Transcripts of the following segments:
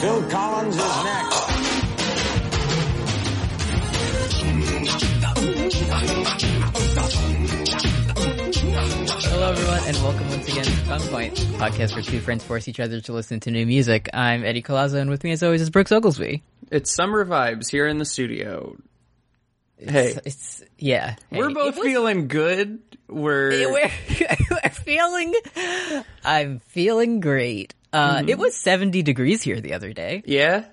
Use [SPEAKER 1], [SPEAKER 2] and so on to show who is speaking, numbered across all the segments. [SPEAKER 1] Phil Collins is next.
[SPEAKER 2] Hello, everyone, and welcome once again to Fun Point, a podcast where two friends force each other to listen to new music. I'm Eddie Colazo, and with me, as always, is Brooks Oglesby.
[SPEAKER 3] It's summer vibes here in the studio. Hey,
[SPEAKER 2] It's, it's- yeah, Hey,
[SPEAKER 3] we're both
[SPEAKER 2] it was-
[SPEAKER 3] feeling good. We're
[SPEAKER 2] We're, we're feeling. I'm feeling great. Uh,
[SPEAKER 3] Mm-hmm.
[SPEAKER 2] It was 70 degrees here the other day
[SPEAKER 3] yeah,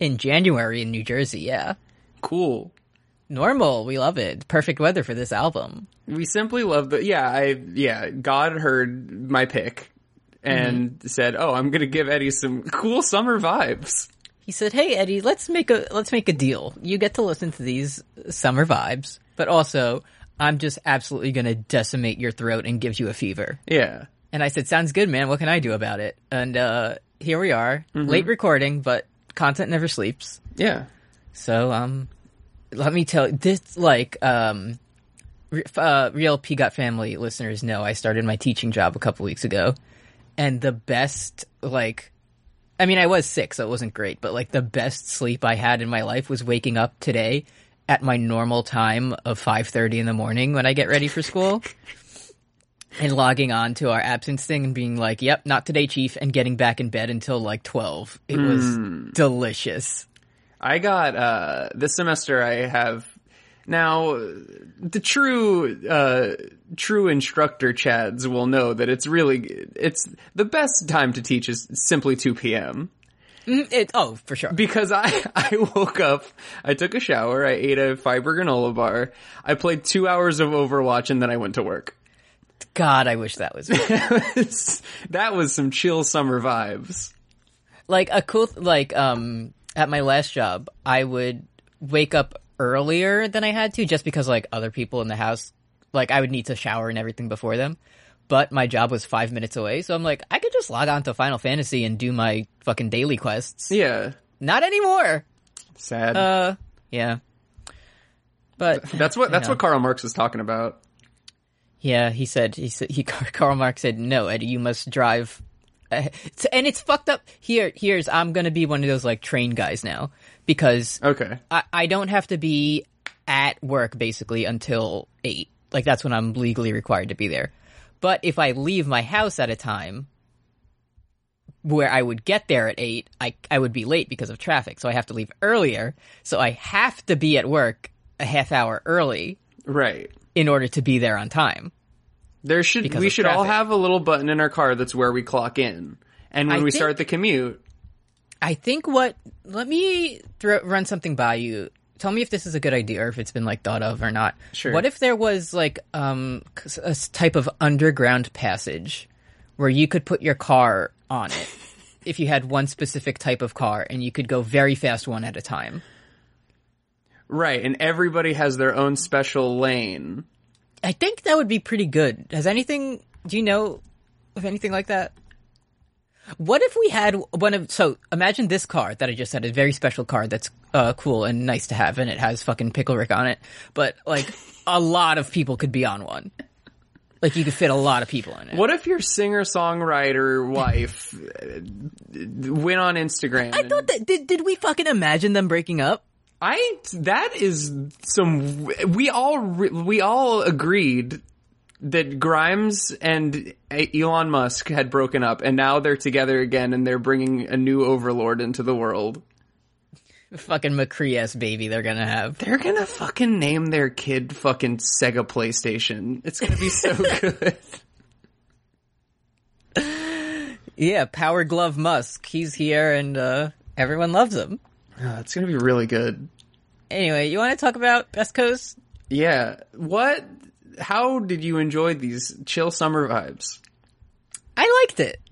[SPEAKER 2] in January in New Jersey. Yeah,
[SPEAKER 3] cool.
[SPEAKER 2] normal. We love it. Perfect weather for this album.
[SPEAKER 3] We simply love the yeah. I yeah. God heard my pick and said, "Oh, I'm gonna give Eddie some cool summer vibes."
[SPEAKER 2] He said, "Hey Eddie, let's make a let's make a deal. You get to listen to these summer vibes, but also." I'm just absolutely gonna decimate your throat and give you a fever.
[SPEAKER 3] Yeah,
[SPEAKER 2] And I said, "Sounds good, man. What can I do about it?" And uh, here we are, late recording, but content never sleeps.
[SPEAKER 3] yeah.
[SPEAKER 2] So, um, let me tell you, this like um, re- f- uh, real P Gut family listeners know I started my teaching job a couple weeks ago, and the best like. I mean, I was sick, so it wasn't great, but like the best sleep I had in my life was waking up today at my normal time of 5:30 in the morning when I get ready for school and logging on to our absence thing and being like, "Yep, not today, chief," and getting back in bed until like 12. It was delicious.
[SPEAKER 3] I got uh this semester I have now the true uh true instructor chads will know that it's really it's the best time to teach is simply 2 p.m.
[SPEAKER 2] It, oh, for sure.
[SPEAKER 3] because I I woke up, I took a shower, I ate a fiber granola bar, I played 2 hours of Overwatch and then I went to work.
[SPEAKER 2] God, I wish that was me.
[SPEAKER 3] that was some chill summer vibes.
[SPEAKER 2] like a cool th- like um at my last job, I would wake up earlier than I had to just because like other people in the house like I would need to shower and everything before them. But my job was five minutes away, so I'm like, I could just log on to Final Fantasy and do my fucking daily quests.
[SPEAKER 3] Yeah.
[SPEAKER 2] Not anymore.
[SPEAKER 3] Sad.
[SPEAKER 2] Uh, yeah. But
[SPEAKER 3] that's what that's what Karl Marx was talking about.
[SPEAKER 2] Yeah, he said he said he Karl Marx said no, Eddie, you must drive. Uh, and it's fucked up. Here, here's I'm gonna be one of those like train guys now because
[SPEAKER 3] Okay.
[SPEAKER 2] I, I don't have to be at work basically until eight. Like that's when I'm legally required to be there. But if I leave my house at a time where I would get there at eight, I I would be late because of traffic. So I have to leave earlier. So I have to be at work a half hour early
[SPEAKER 3] Right.
[SPEAKER 2] in order to be there on time.
[SPEAKER 3] There should we
[SPEAKER 2] of
[SPEAKER 3] should all
[SPEAKER 2] traffic.
[SPEAKER 3] have a little button in our car that's where we clock in, and when
[SPEAKER 2] I
[SPEAKER 3] we
[SPEAKER 2] think-
[SPEAKER 3] start the commute,
[SPEAKER 2] I think what let me throw, run something by you. Tell me if this is a good idea or if it's been like thought of or not.
[SPEAKER 3] Sure.
[SPEAKER 2] What if there was like um c- a s- type of underground passage where you could put your car on it if you had one specific type of car and you could go very fast one at a time.
[SPEAKER 3] right? And everybody has their own special lane.
[SPEAKER 2] I think that would be pretty good. Has anything? Do you know of anything like that? What if we had one of? So imagine this car that I just said, a very special car that's uh, cool and nice to have, and it has fucking pickle rick on it. But like, a lot of people could be on one. Like you could fit a lot of people in it.
[SPEAKER 3] What if your singer songwriter wife uh, went on Instagram?
[SPEAKER 2] I thought that did, did we fucking imagine them breaking up?
[SPEAKER 3] I that is some. We all re- we all agreed that Grimes and Elon Musk had broken up, and now they're together again, and they're bringing a new overlord into the world.
[SPEAKER 2] Fucking McCree ass baby they're gonna have.
[SPEAKER 3] They're gonna fucking name their kid fucking Sega PlayStation. It's gonna be so good.
[SPEAKER 2] Yeah, Power Glove Musk. He's here and uh everyone loves him.
[SPEAKER 3] Oh, it's gonna be really good.
[SPEAKER 2] Anyway, you wanna talk about Best Coast?
[SPEAKER 3] Yeah. What? How did you enjoy these chill summer vibes?
[SPEAKER 2] I liked it.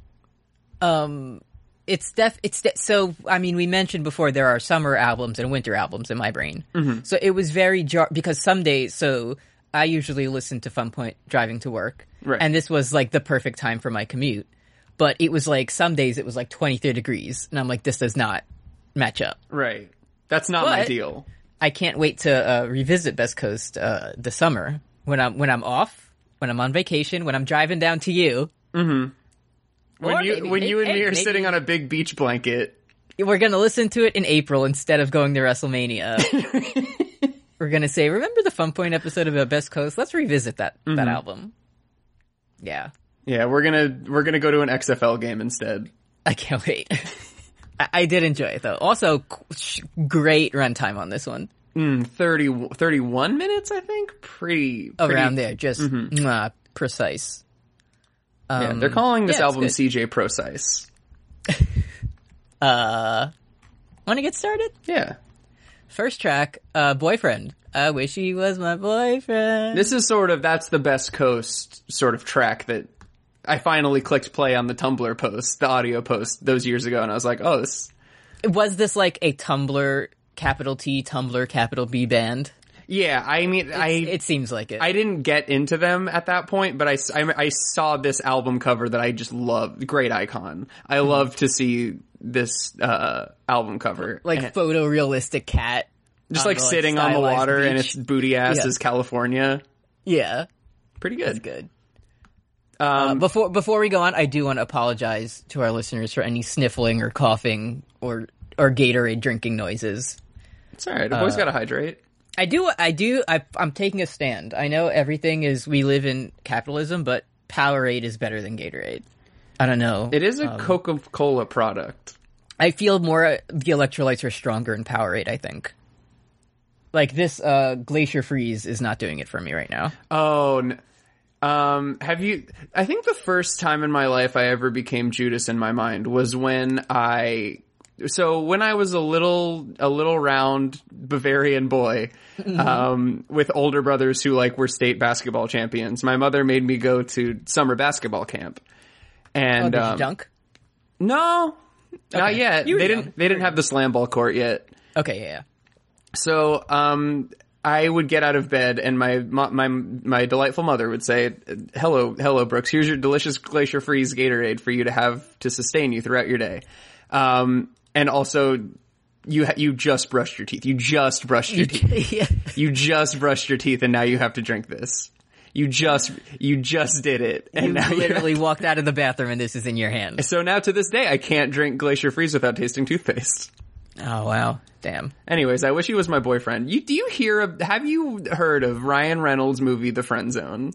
[SPEAKER 2] Um, it's def. It's de- so. I mean, we mentioned before there are summer albums and winter albums in my brain. So it was very jar because some days. So I usually listen to Fun Point driving to work,
[SPEAKER 3] Right.
[SPEAKER 2] and this was like the perfect time for my commute. But it was like some days it was like twenty three degrees, and I'm like, this does not match up.
[SPEAKER 3] Right. That's not my
[SPEAKER 2] What?
[SPEAKER 3] deal.
[SPEAKER 2] I can't wait to uh, revisit Best Coast uh, this summer when I'm when I'm off, when I'm on vacation, when I'm driving down to you. Or
[SPEAKER 3] When you
[SPEAKER 2] maybe-
[SPEAKER 3] when you and
[SPEAKER 2] hey,
[SPEAKER 3] me are
[SPEAKER 2] maybe-
[SPEAKER 3] sitting on a big beach blanket.
[SPEAKER 2] We're gonna listen to it in April instead of going to WrestleMania. We're gonna say, remember the Fun Point episode about Best Coast? Let's revisit that
[SPEAKER 3] Mm-hmm.
[SPEAKER 2] that album. Yeah,
[SPEAKER 3] Yeah, we're gonna we're gonna go to an XFL game instead.
[SPEAKER 2] I can't wait. I, I did enjoy it though. Also, sh- great runtime on this one.
[SPEAKER 3] 30, 31 minutes, I think. Pretty, pretty Mm-hmm.
[SPEAKER 2] Around there, just mwah, precise.
[SPEAKER 3] Yeah, they're calling this
[SPEAKER 2] um, yeah, it's
[SPEAKER 3] album
[SPEAKER 2] good.
[SPEAKER 3] CJ Procise.
[SPEAKER 2] Want to get started?
[SPEAKER 3] Yeah,
[SPEAKER 2] First track, uh, boyfriend. I wish he was my boyfriend.
[SPEAKER 3] this is sort of that's the best coast sort of track that I finally clicked play on the Tumblr post, the audio post those years ago, and I was like, oh, this.
[SPEAKER 2] was this like a Tumblr capital T Tumblr capital B band?
[SPEAKER 3] Yeah, I mean, I
[SPEAKER 2] It seems like it.
[SPEAKER 3] I didn't get into them at that point, but I, s- I- I saw this album cover that I just loved. Great icon. I
[SPEAKER 2] Mm-hmm.
[SPEAKER 3] love to see this uh, album cover.
[SPEAKER 2] like
[SPEAKER 3] And
[SPEAKER 2] photorealistic cat.
[SPEAKER 3] just
[SPEAKER 2] on
[SPEAKER 3] like
[SPEAKER 2] the,
[SPEAKER 3] sitting on the
[SPEAKER 2] stylized
[SPEAKER 3] water and
[SPEAKER 2] beach.
[SPEAKER 3] its booty ass
[SPEAKER 2] Yeah.
[SPEAKER 3] is California.
[SPEAKER 2] yeah,
[SPEAKER 3] Pretty
[SPEAKER 2] that's
[SPEAKER 3] good.
[SPEAKER 2] good. Uh,
[SPEAKER 3] Um,
[SPEAKER 2] before before we go on, I do want to apologize to our listeners for any sniffling or coughing or or Gatorade drinking noises.
[SPEAKER 3] it's all right. I've
[SPEAKER 2] Uh,
[SPEAKER 3] always got to hydrate.
[SPEAKER 2] I do I do I, I'm taking a stand. I know everything is we live in capitalism, but Powerade is better than Gatorade. I don't know.
[SPEAKER 3] It is a Coca Cola product.
[SPEAKER 2] I feel more uh, the electrolytes are stronger in Powerade. I think. Like this uh, glacier freeze is not doing it for me right now.
[SPEAKER 3] Oh, n- um, have you? I think the first time in my life I ever became Judas in my mind was when I. So when I was a little, a little round Bavarian boy,
[SPEAKER 2] Mm-hmm.
[SPEAKER 3] um, with older brothers who like were state basketball champions, my mother made me go to summer basketball camp.
[SPEAKER 2] Oh,
[SPEAKER 3] And
[SPEAKER 2] did
[SPEAKER 3] um,
[SPEAKER 2] you dunk?
[SPEAKER 3] no, not
[SPEAKER 2] Okay.
[SPEAKER 3] yet.
[SPEAKER 2] You were
[SPEAKER 3] They
[SPEAKER 2] young.
[SPEAKER 3] didn't. They didn't have the slam ball court yet.
[SPEAKER 2] Okay, yeah, yeah.
[SPEAKER 3] So, um, I would get out of bed, and my my my, my delightful mother would say, "Hello, hello, Brooks. Here's your delicious glacier freeze Gatorade for you to have to sustain you throughout your day." Um, and also, you ha- you just brushed your teeth. You just brushed your teeth.
[SPEAKER 2] yeah.
[SPEAKER 3] You just brushed your teeth, and now you have to drink this. You just you just did it, and
[SPEAKER 2] You
[SPEAKER 3] now you
[SPEAKER 2] literally walked out of the bathroom and this is in your hand.
[SPEAKER 3] so now to this day, I can't drink glacier freeze without tasting toothpaste.
[SPEAKER 2] Oh wow, damn.
[SPEAKER 3] Anyways, I wish he was my boyfriend. You do you hear of have you heard of Ryan Reynolds' movie The Friend Zone?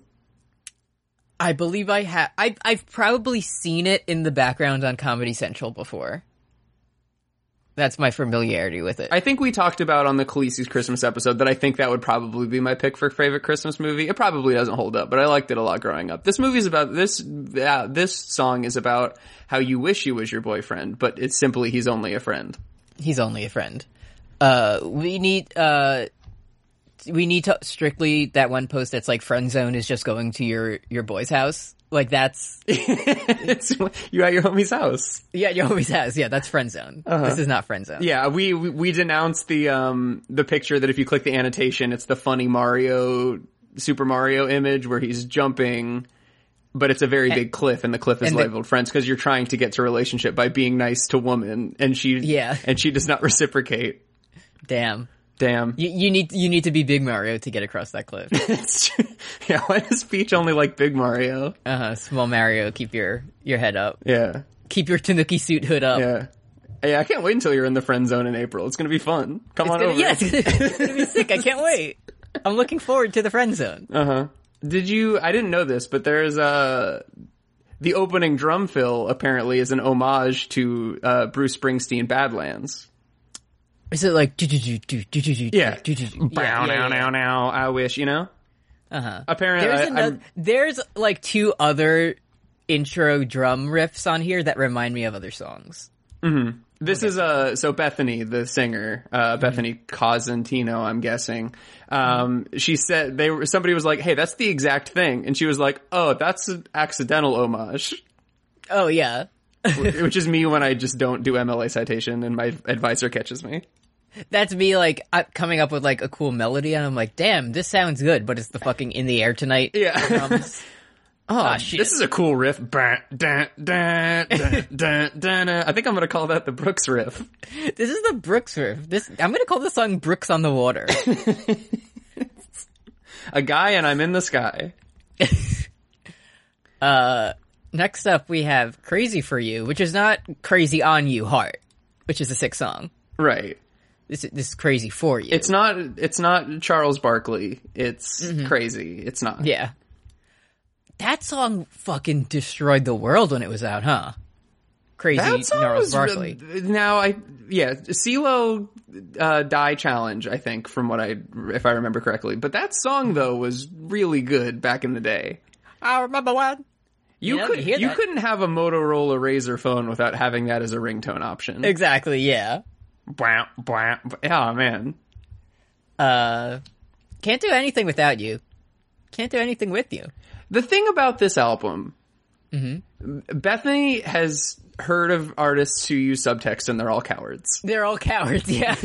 [SPEAKER 2] I believe I have. I I've probably seen it in the background on Comedy Central before. That's my familiarity with it.
[SPEAKER 3] I think we talked about on the Khaleesi's Christmas episode that I think that would probably be my pick for favorite Christmas movie. It probably doesn't hold up, but I liked it a lot growing up. This movie's about this uh, this song is about how you wish he was your boyfriend, but it's simply he's only a friend.
[SPEAKER 2] He's only a friend. Uh, we need uh, we need to strictly that one post that's like friend zone is just going to your your boy's house. Like that's
[SPEAKER 3] it's you at your homie's house.
[SPEAKER 2] yeah, you always has yeah. That's friend zone. This is not friend zone.
[SPEAKER 3] Yeah, we we, we denounced the um the picture that if you click the annotation, it's the funny Mario Super Mario image where he's jumping, but it's a very big cliff, and the cliff is
[SPEAKER 2] and the-
[SPEAKER 3] labeled friends because you're trying to get to a relationship by being nice to woman, and she
[SPEAKER 2] Yeah.
[SPEAKER 3] and she does not reciprocate.
[SPEAKER 2] Damn.
[SPEAKER 3] Damn,
[SPEAKER 2] You, you need you need to be Big Mario to get across that cliff.
[SPEAKER 3] It's true. yeah. Why does Peach only like Big Mario?
[SPEAKER 2] Uh, small Mario, keep your your head up.
[SPEAKER 3] Yeah,
[SPEAKER 2] Keep your Tanuki suit hood up.
[SPEAKER 3] yeah. Yeah, I can't wait until you're in the friend zone in April. It's gonna be fun. Come
[SPEAKER 2] It's
[SPEAKER 3] on
[SPEAKER 2] gonna,
[SPEAKER 3] over.
[SPEAKER 2] yeah, it's gonna, it's gonna be sick. I can't wait. I'm looking forward to the friend zone.
[SPEAKER 3] Uh, Did you? I didn't know this, but there's a the opening drum fill apparently is an homage to uh, Bruce Springsteen Badlands.
[SPEAKER 2] Is it like do do do do do do do? do, do, do.
[SPEAKER 3] Bow, now, now, now. I wish you know. Uh-huh. Apparently,
[SPEAKER 2] There's
[SPEAKER 3] I,
[SPEAKER 2] another,
[SPEAKER 3] I'm-
[SPEAKER 2] there's like two other intro drum riffs on here that remind me of other songs.
[SPEAKER 3] this is uh, so Bethany, the singer, uh, Bethany Cosentino, I'm guessing. Um, she said they were somebody was like, "Hey, that's the exact thing," and she was like, "Oh, that's an accidental homage,"
[SPEAKER 2] Oh yeah.
[SPEAKER 3] which is me when I just don't do MLA citation and my advisor catches me.
[SPEAKER 2] That's me like I- coming up with like a cool melody and I'm like, "Damn, this sounds good, but it's the fucking in the air tonight."
[SPEAKER 3] Yeah.
[SPEAKER 2] drums. oh shit.
[SPEAKER 3] This is a cool riff. Bah, dun, dun, dun, dun, dun, dun. I think I'm going to call that the Brooks riff.
[SPEAKER 2] This is the Brooks riff. This I'm gonna call this song "Brooks on the Water."
[SPEAKER 3] a guy and I'm in the sky.
[SPEAKER 2] Next up, we have Crazy for You, which is not Crazy on You Heart, which is a sick song.
[SPEAKER 3] Right.
[SPEAKER 2] This, this is Crazy for You.
[SPEAKER 3] It's not it's not Charles Barkley. It's crazy. It's not.
[SPEAKER 2] Mm-hmm. yeah. That song fucking destroyed the world when it was out, huh? Crazy
[SPEAKER 3] That song
[SPEAKER 2] Gnarls
[SPEAKER 3] was
[SPEAKER 2] Barkley.
[SPEAKER 3] now I yeah, CeeLo uh, die challenge I think from what I if I remember correctly. But that song though was really good back in the day.
[SPEAKER 2] I remember one.
[SPEAKER 3] You
[SPEAKER 2] Yeah, I
[SPEAKER 3] could
[SPEAKER 2] hear
[SPEAKER 3] you
[SPEAKER 2] that.
[SPEAKER 3] couldn't have a Motorola Razor phone without having that as a ringtone option.
[SPEAKER 2] Exactly, yeah.
[SPEAKER 3] Blah, blah, blah. Oh man.
[SPEAKER 2] Can't do anything without you. Can't do anything with you.
[SPEAKER 3] The thing about this album, Bethany has heard of artists who use subtext and they're all cowards.
[SPEAKER 2] They're all cowards, yeah.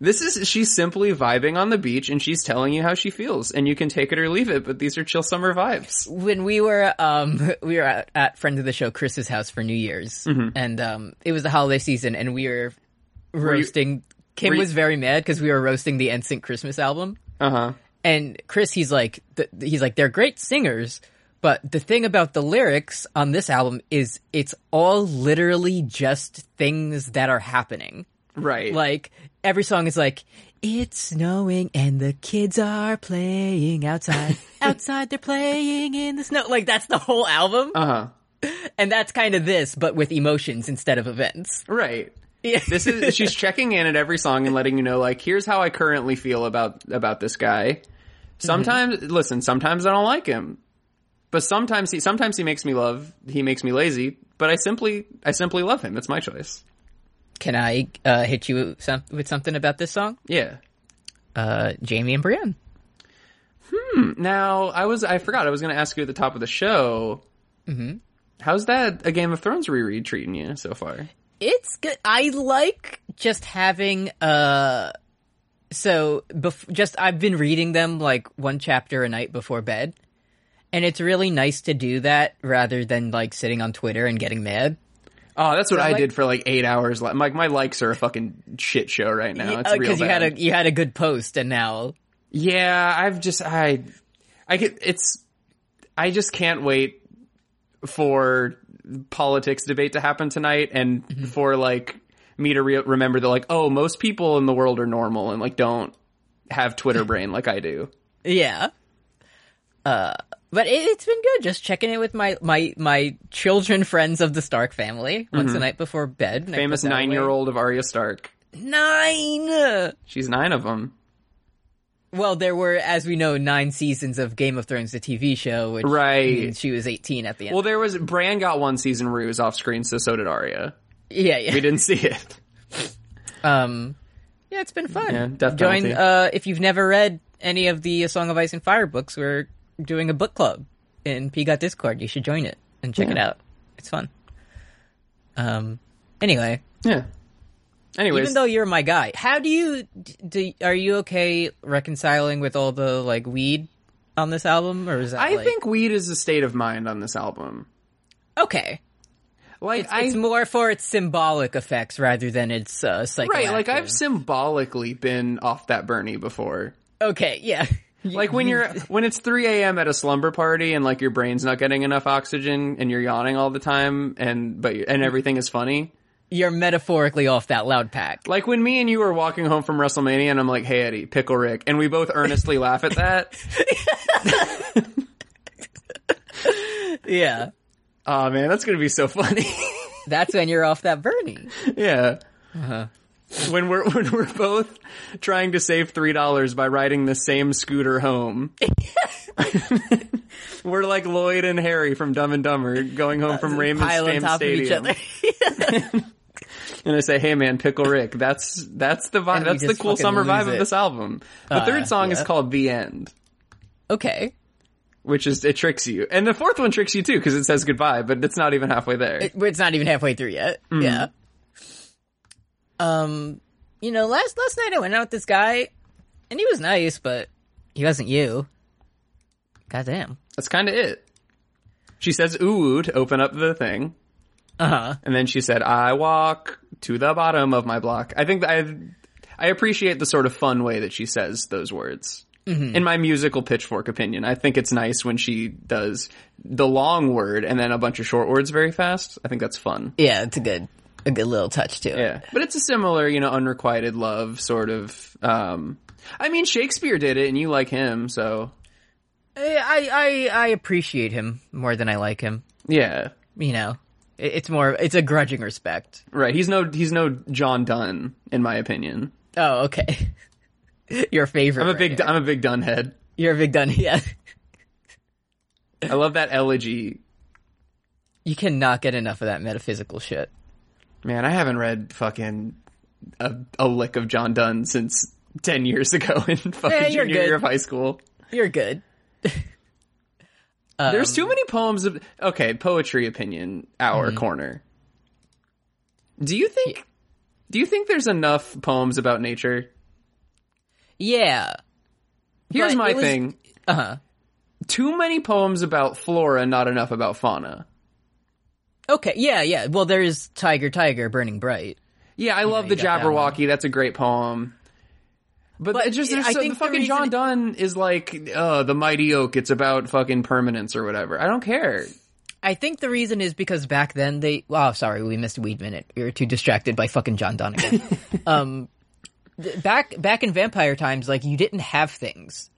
[SPEAKER 3] This is she's simply vibing on the beach and she's telling you how she feels and you can take it or leave it, but these are chill summer vibes.
[SPEAKER 2] when we were um we were at, at friend of the show Chris's house for New Year's and um it was the holiday season and we were
[SPEAKER 3] Mm-hmm. you-
[SPEAKER 2] roasting Kim
[SPEAKER 3] were you-
[SPEAKER 2] was very mad cuz we were roasting the NSYNC Christmas album
[SPEAKER 3] Uh-huh.
[SPEAKER 2] and Chris he's like th- he's like they're great singers but the thing about the lyrics on this album is it's all literally just things that are happening
[SPEAKER 3] Right.
[SPEAKER 2] like every song is like it's snowing and the kids are playing outside outside they're playing in the snow like that's the whole album
[SPEAKER 3] uh-huh.
[SPEAKER 2] and that's kind of this but with emotions instead of events
[SPEAKER 3] Right.
[SPEAKER 2] yeah
[SPEAKER 3] This is she's checking in at every song and letting you know like here's how I currently feel about about this guy. Sometimes listen, sometimes I don't like him. But sometimes he sometimes he makes me love, he makes me lazy, but I simply I simply love him. It's my choice.
[SPEAKER 2] can i uh, hit you with some- with something about this song
[SPEAKER 3] Yeah.
[SPEAKER 2] uh, jamie and brienne
[SPEAKER 3] Now, I was I forgot I was going to ask you at the top of the show. Mm-hmm. How's that a Game of Thrones reread treating you so far?
[SPEAKER 2] It's good. I like just having uh so bef- just I've been reading them like one chapter a night before bed. And it's really nice to do that rather than like sitting on Twitter and getting mad.
[SPEAKER 3] Oh, that's what I
[SPEAKER 2] like-
[SPEAKER 3] did for like eight hours. Like my, my likes are a fucking shit show right now. It's real
[SPEAKER 2] Because Uh, oh, you had
[SPEAKER 3] bad.
[SPEAKER 2] a you had a good post and now
[SPEAKER 3] Yeah, I've just I I get it's I just can't wait for politics debate to happen tonight and
[SPEAKER 2] Mm-hmm.
[SPEAKER 3] for like me to re- remember that like oh most people in the world are normal and like don't have Twitter brain like I do.
[SPEAKER 2] yeah. Uh but it, it's been good just checking in with my my my children friends of the Stark family once a night before bed. and I
[SPEAKER 3] Mm-hmm. Famous
[SPEAKER 2] put that away.
[SPEAKER 3] 9-year-old of Arya Stark.
[SPEAKER 2] Nine.
[SPEAKER 3] She's 9 of them.
[SPEAKER 2] Well, there were, as we know, nine seasons of Game of Thrones, the TV show, which
[SPEAKER 3] Right.
[SPEAKER 2] means she was 18 at the end.
[SPEAKER 3] Well, there was Bran got one season where he was off screen, so so did Arya.
[SPEAKER 2] yeah,
[SPEAKER 3] We
[SPEAKER 2] yeah.
[SPEAKER 3] didn't see it.
[SPEAKER 2] Um, yeah, it's been fun.
[SPEAKER 3] Yeah, death
[SPEAKER 2] Join,
[SPEAKER 3] penalty.
[SPEAKER 2] uh, if you've never read any of the Song of Ice and Fire books, we're doing a book club in PGOT Discord. You should join it and check it out. It's fun. Um, anyway,
[SPEAKER 3] Yeah. Anyways,
[SPEAKER 2] even though you're my guy, how do you, do, are you okay reconciling with all the, like, weed on this album? Or is that,
[SPEAKER 3] I
[SPEAKER 2] like-
[SPEAKER 3] think weed is a state of mind on this album.
[SPEAKER 2] okay.
[SPEAKER 3] Like
[SPEAKER 2] It's,
[SPEAKER 3] I
[SPEAKER 2] it's more for its symbolic effects rather than its uh, psychoactive.
[SPEAKER 3] right, like I've symbolically been off that Bernie before.
[SPEAKER 2] Okay, yeah.
[SPEAKER 3] Like when you're when it's 3 a.m. at a slumber party and like your brain's not getting enough oxygen and you're yawning all the time and but and everything is funny.
[SPEAKER 2] You're metaphorically off that loud pack.
[SPEAKER 3] Like when me and you were walking home from WrestleMania and I'm like, "Hey Eddie, pickle Rick," and we both earnestly laugh at that.
[SPEAKER 2] Yeah.
[SPEAKER 3] Oh man, that's gonna be so funny.
[SPEAKER 2] That's when you're off that Bernie.
[SPEAKER 3] yeah.
[SPEAKER 2] Uh-huh.
[SPEAKER 3] When we're when we're both trying to save three dollars by riding the same scooter home, we're like Lloyd and Harry from Dumb and Dumber going home from Raymond's
[SPEAKER 2] Uh, Pile on
[SPEAKER 3] Fame
[SPEAKER 2] top
[SPEAKER 3] Stadium,
[SPEAKER 2] of each other.
[SPEAKER 3] and I say, "Hey man, Pickle Rick, that's that's the vibe.
[SPEAKER 2] And we
[SPEAKER 3] That's the
[SPEAKER 2] just
[SPEAKER 3] cool
[SPEAKER 2] fucking
[SPEAKER 3] summer
[SPEAKER 2] lose
[SPEAKER 3] vibe
[SPEAKER 2] it.
[SPEAKER 3] of this album." The
[SPEAKER 2] Uh,
[SPEAKER 3] third song is
[SPEAKER 2] yeah.
[SPEAKER 3] called "The End."
[SPEAKER 2] okay.
[SPEAKER 3] Which is it tricks you, and the fourth one tricks you too because it says goodbye, but it's not even halfway there.
[SPEAKER 2] It- It's not even halfway through yet. Yeah. Um, you know, last last night I went out with this guy, and he was nice, but he wasn't you. Goddamn.
[SPEAKER 3] That's kind of it. She says ooh ooh to open up the thing,
[SPEAKER 2] Uh huh.
[SPEAKER 3] and then she said, "I walk to the bottom of my block." I think that I, I appreciate the sort of fun way that she says those words. in my musical pitchfork opinion. I think it's nice when she does the long word and then a bunch of short words very fast. I think that's fun.
[SPEAKER 2] Yeah, it's a good a good little touch to it.
[SPEAKER 3] Yeah. But it's a similar, you know, unrequited love sort of um I mean Shakespeare did it and you like him, so
[SPEAKER 2] I, I I appreciate him more than I like him.
[SPEAKER 3] yeah.
[SPEAKER 2] You know, it, it's more it's a grudging respect.
[SPEAKER 3] Right. He's no he's no John Dunn in my opinion.
[SPEAKER 2] Oh, okay. Your favorite.
[SPEAKER 3] I'm a big
[SPEAKER 2] writer.
[SPEAKER 3] I'm a big Dunn head.
[SPEAKER 2] You're a big done. Yeah,
[SPEAKER 3] I love that elegy.
[SPEAKER 2] you cannot get enough of that metaphysical shit.
[SPEAKER 3] Man, I haven't read fucking a, a lick of John Dunn since 10 years ago in fucking
[SPEAKER 2] Yeah, you're
[SPEAKER 3] junior year
[SPEAKER 2] good.
[SPEAKER 3] of high school.
[SPEAKER 2] You're good. Um,
[SPEAKER 3] There's too many poems of okay, poetry opinion hour
[SPEAKER 2] Mm-hmm.
[SPEAKER 3] corner. Do you think do you think there's enough poems about nature?
[SPEAKER 2] Yeah.
[SPEAKER 3] Here's
[SPEAKER 2] But
[SPEAKER 3] my
[SPEAKER 2] it was-
[SPEAKER 3] thing.
[SPEAKER 2] Uh huh.
[SPEAKER 3] Too many poems about flora, not enough about fauna.
[SPEAKER 2] Okay. Yeah. Yeah. Well, there is Tiger, Tiger, Burning Bright.
[SPEAKER 3] Yeah, I love
[SPEAKER 2] you
[SPEAKER 3] the
[SPEAKER 2] got that one.
[SPEAKER 3] Jabberwocky. That's a great poem. But,
[SPEAKER 2] But
[SPEAKER 3] it just
[SPEAKER 2] I
[SPEAKER 3] there's so,
[SPEAKER 2] think
[SPEAKER 3] the
[SPEAKER 2] the
[SPEAKER 3] fucking
[SPEAKER 2] reason-
[SPEAKER 3] John Donne is like uh, the mighty oak. It's about fucking permanence or whatever. I don't care.
[SPEAKER 2] I think the reason is because back then they. Oh, sorry, we missed Weed Minute. We were too distracted by fucking John Donegan. um, th- back back in vampire times, like you didn't have things,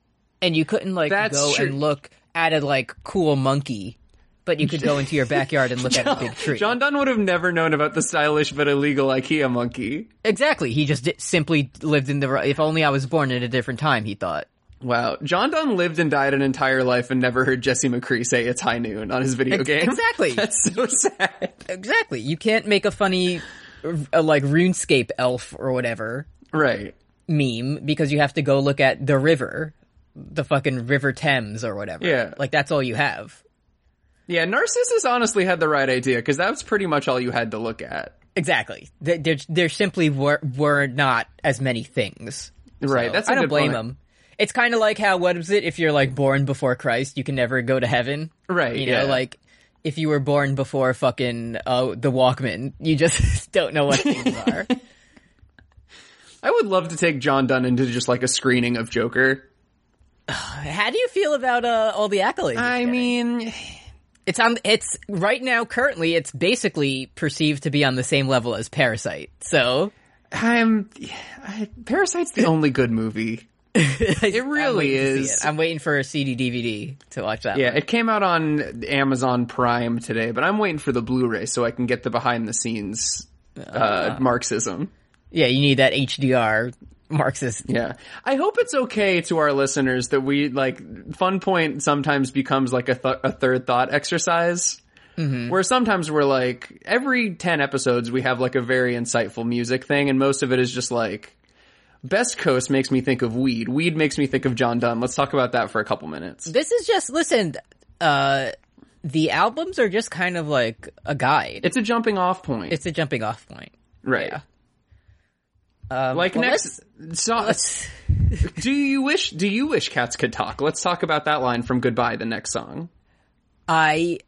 [SPEAKER 2] and you couldn't like
[SPEAKER 3] That's
[SPEAKER 2] go
[SPEAKER 3] true.
[SPEAKER 2] and look at a like cool monkey, but you could go into your backyard and look at a big tree.
[SPEAKER 3] John Donne would have never known about the stylish but illegal IKEA monkey.
[SPEAKER 2] exactly. He just di- simply lived in the. ri- If only I was born at a different time, he thought.
[SPEAKER 3] Wow, John Donne lived and died an entire life and never heard Jesse McCree say "It's high noon" on his video
[SPEAKER 2] Ex-
[SPEAKER 3] game.
[SPEAKER 2] exactly.
[SPEAKER 3] That's so sad.
[SPEAKER 2] Exactly. You can't make a funny, uh, like RuneScape elf or whatever.
[SPEAKER 3] Right.
[SPEAKER 2] meme because you have to go look at the river, the fucking River Thames or whatever.
[SPEAKER 3] Yeah.
[SPEAKER 2] Like that's all you have.
[SPEAKER 3] Yeah, Narcissus honestly had the right idea because that was pretty much all you had to look at.
[SPEAKER 2] Exactly. Th- There, there simply were, were not as many things.
[SPEAKER 3] Right.
[SPEAKER 2] So,
[SPEAKER 3] that's a
[SPEAKER 2] I don't
[SPEAKER 3] good
[SPEAKER 2] blame
[SPEAKER 3] point.
[SPEAKER 2] them. It's kind of like how what is it if you're like born before Christ, you can never go to heaven.
[SPEAKER 3] Right,
[SPEAKER 2] You
[SPEAKER 3] yeah.
[SPEAKER 2] know, like if you were born before fucking uh, the Walkman, you just don't know what things are.
[SPEAKER 3] I would love to take John Dunn into just like a screening of Joker.
[SPEAKER 2] How do you feel about uh, all the accolades? it's
[SPEAKER 3] I
[SPEAKER 2] getting?
[SPEAKER 3] mean,
[SPEAKER 2] It's on. It's right now. Currently, it's basically perceived to be on the same level as Parasite. So
[SPEAKER 3] I'm I, Parasite's the only good movie.
[SPEAKER 2] it
[SPEAKER 3] really is.
[SPEAKER 2] I'm waiting for a CD DVD to watch that.
[SPEAKER 3] Yeah,
[SPEAKER 2] one.
[SPEAKER 3] it came out on Amazon Prime today, but I'm waiting for the Blu-ray so I can get the behind the scenes uh, Marxism.
[SPEAKER 2] yeah. You need that HDR Marxist.
[SPEAKER 3] Yeah. I hope it's okay to our listeners that we like fun point sometimes becomes like a, th- a third thought exercise.
[SPEAKER 2] Mm-hmm.
[SPEAKER 3] Where sometimes we're like every 10 episodes we have like a very insightful music thing and most of it is just like Best Coast makes me think of weed. Weed makes me think of John Dunn. Let's talk about that for a couple minutes.
[SPEAKER 2] This is just listen. Uh, the albums are just kind of like a guide.
[SPEAKER 3] It's a jumping off point.
[SPEAKER 2] it's a jumping off point.
[SPEAKER 3] right.
[SPEAKER 2] yeah.
[SPEAKER 3] like
[SPEAKER 2] well,
[SPEAKER 3] next so,
[SPEAKER 2] Let's.
[SPEAKER 3] do you wish do you wish cats could talk? Let's talk about that line from Goodbye the next song.
[SPEAKER 2] I.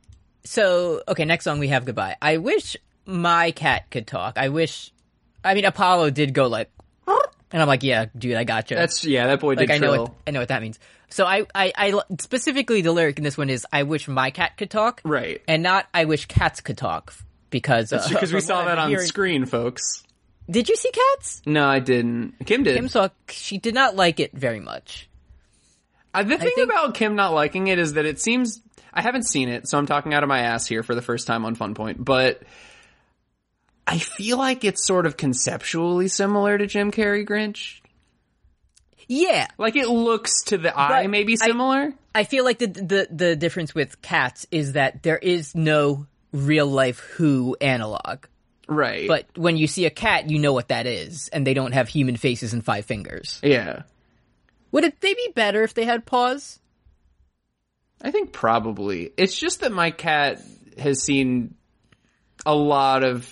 [SPEAKER 2] So okay, next song we have goodbye. I wish my cat could talk. I wish. I mean, Apollo did go like, and I'm like, yeah, dude, I gotcha.
[SPEAKER 3] That's yeah, that boy did
[SPEAKER 2] like I know
[SPEAKER 3] trill.
[SPEAKER 2] what, I know what that means. So I, I I specifically the lyric in this one is I wish my cat could talk,
[SPEAKER 3] Right.
[SPEAKER 2] And not I wish cats could talk because uh,
[SPEAKER 3] because we
[SPEAKER 2] from what
[SPEAKER 3] saw
[SPEAKER 2] I've
[SPEAKER 3] that
[SPEAKER 2] been
[SPEAKER 3] on
[SPEAKER 2] hearing-
[SPEAKER 3] screen, folks.
[SPEAKER 2] Did you see cats?
[SPEAKER 3] No, I didn't. Kim did.
[SPEAKER 2] Kim saw. She did not like it very much.
[SPEAKER 3] Uh, the thing
[SPEAKER 2] think-
[SPEAKER 3] about Kim not liking it is that it seems I haven't seen it, so I'm talking out of my ass here for the first time on Fun Point, but I feel like it's sort of conceptually similar to Jim Carrey Grinch.
[SPEAKER 2] Yeah,
[SPEAKER 3] Like it looks to the eye
[SPEAKER 2] But
[SPEAKER 3] maybe
[SPEAKER 2] I-
[SPEAKER 3] similar.
[SPEAKER 2] I feel like the the the difference with cats is that there is no real life who analog.
[SPEAKER 3] right.
[SPEAKER 2] But when you see a cat, you know what that is, and they don't have human faces and five fingers.
[SPEAKER 3] yeah.
[SPEAKER 2] Would it they be better if they had paws?
[SPEAKER 3] I think probably. It's just that my cat has seen a lot of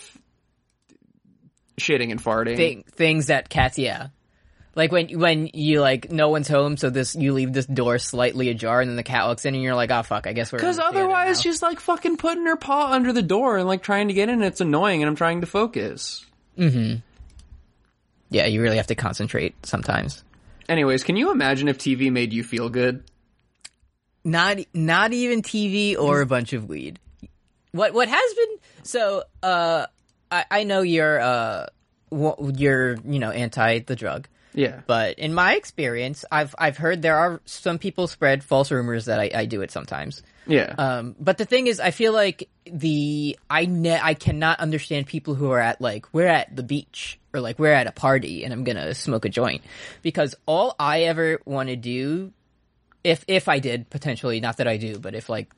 [SPEAKER 3] shitting and farting.
[SPEAKER 2] thing, things that cats yeah like when when you like no one's home so this you leave this door slightly ajar and then the cat walks in and you're like oh fuck i guess we're
[SPEAKER 3] Because
[SPEAKER 2] in the theater
[SPEAKER 3] otherwise,
[SPEAKER 2] now."
[SPEAKER 3] she's like fucking putting her paw under the door and like trying to get in. It's annoying, and I'm trying to focus.
[SPEAKER 2] yeah you really have to concentrate sometimes
[SPEAKER 3] Anyways, can you imagine if TV made you feel good?
[SPEAKER 2] not not even TV or a bunch of weed. What what has been so? Uh, I I know you're uh wha- you're you know anti the drug,
[SPEAKER 3] Yeah.
[SPEAKER 2] but in my experience, I've I've heard there are some people spread false rumors that I, I do it sometimes.
[SPEAKER 3] yeah.
[SPEAKER 2] Um, but the thing is, I feel like the I ne- I cannot understand people who are at like we're at the beach or like we're at a party and I'm gonna smoke a joint because all I ever want to do, if if I did potentially, not that I do, but if like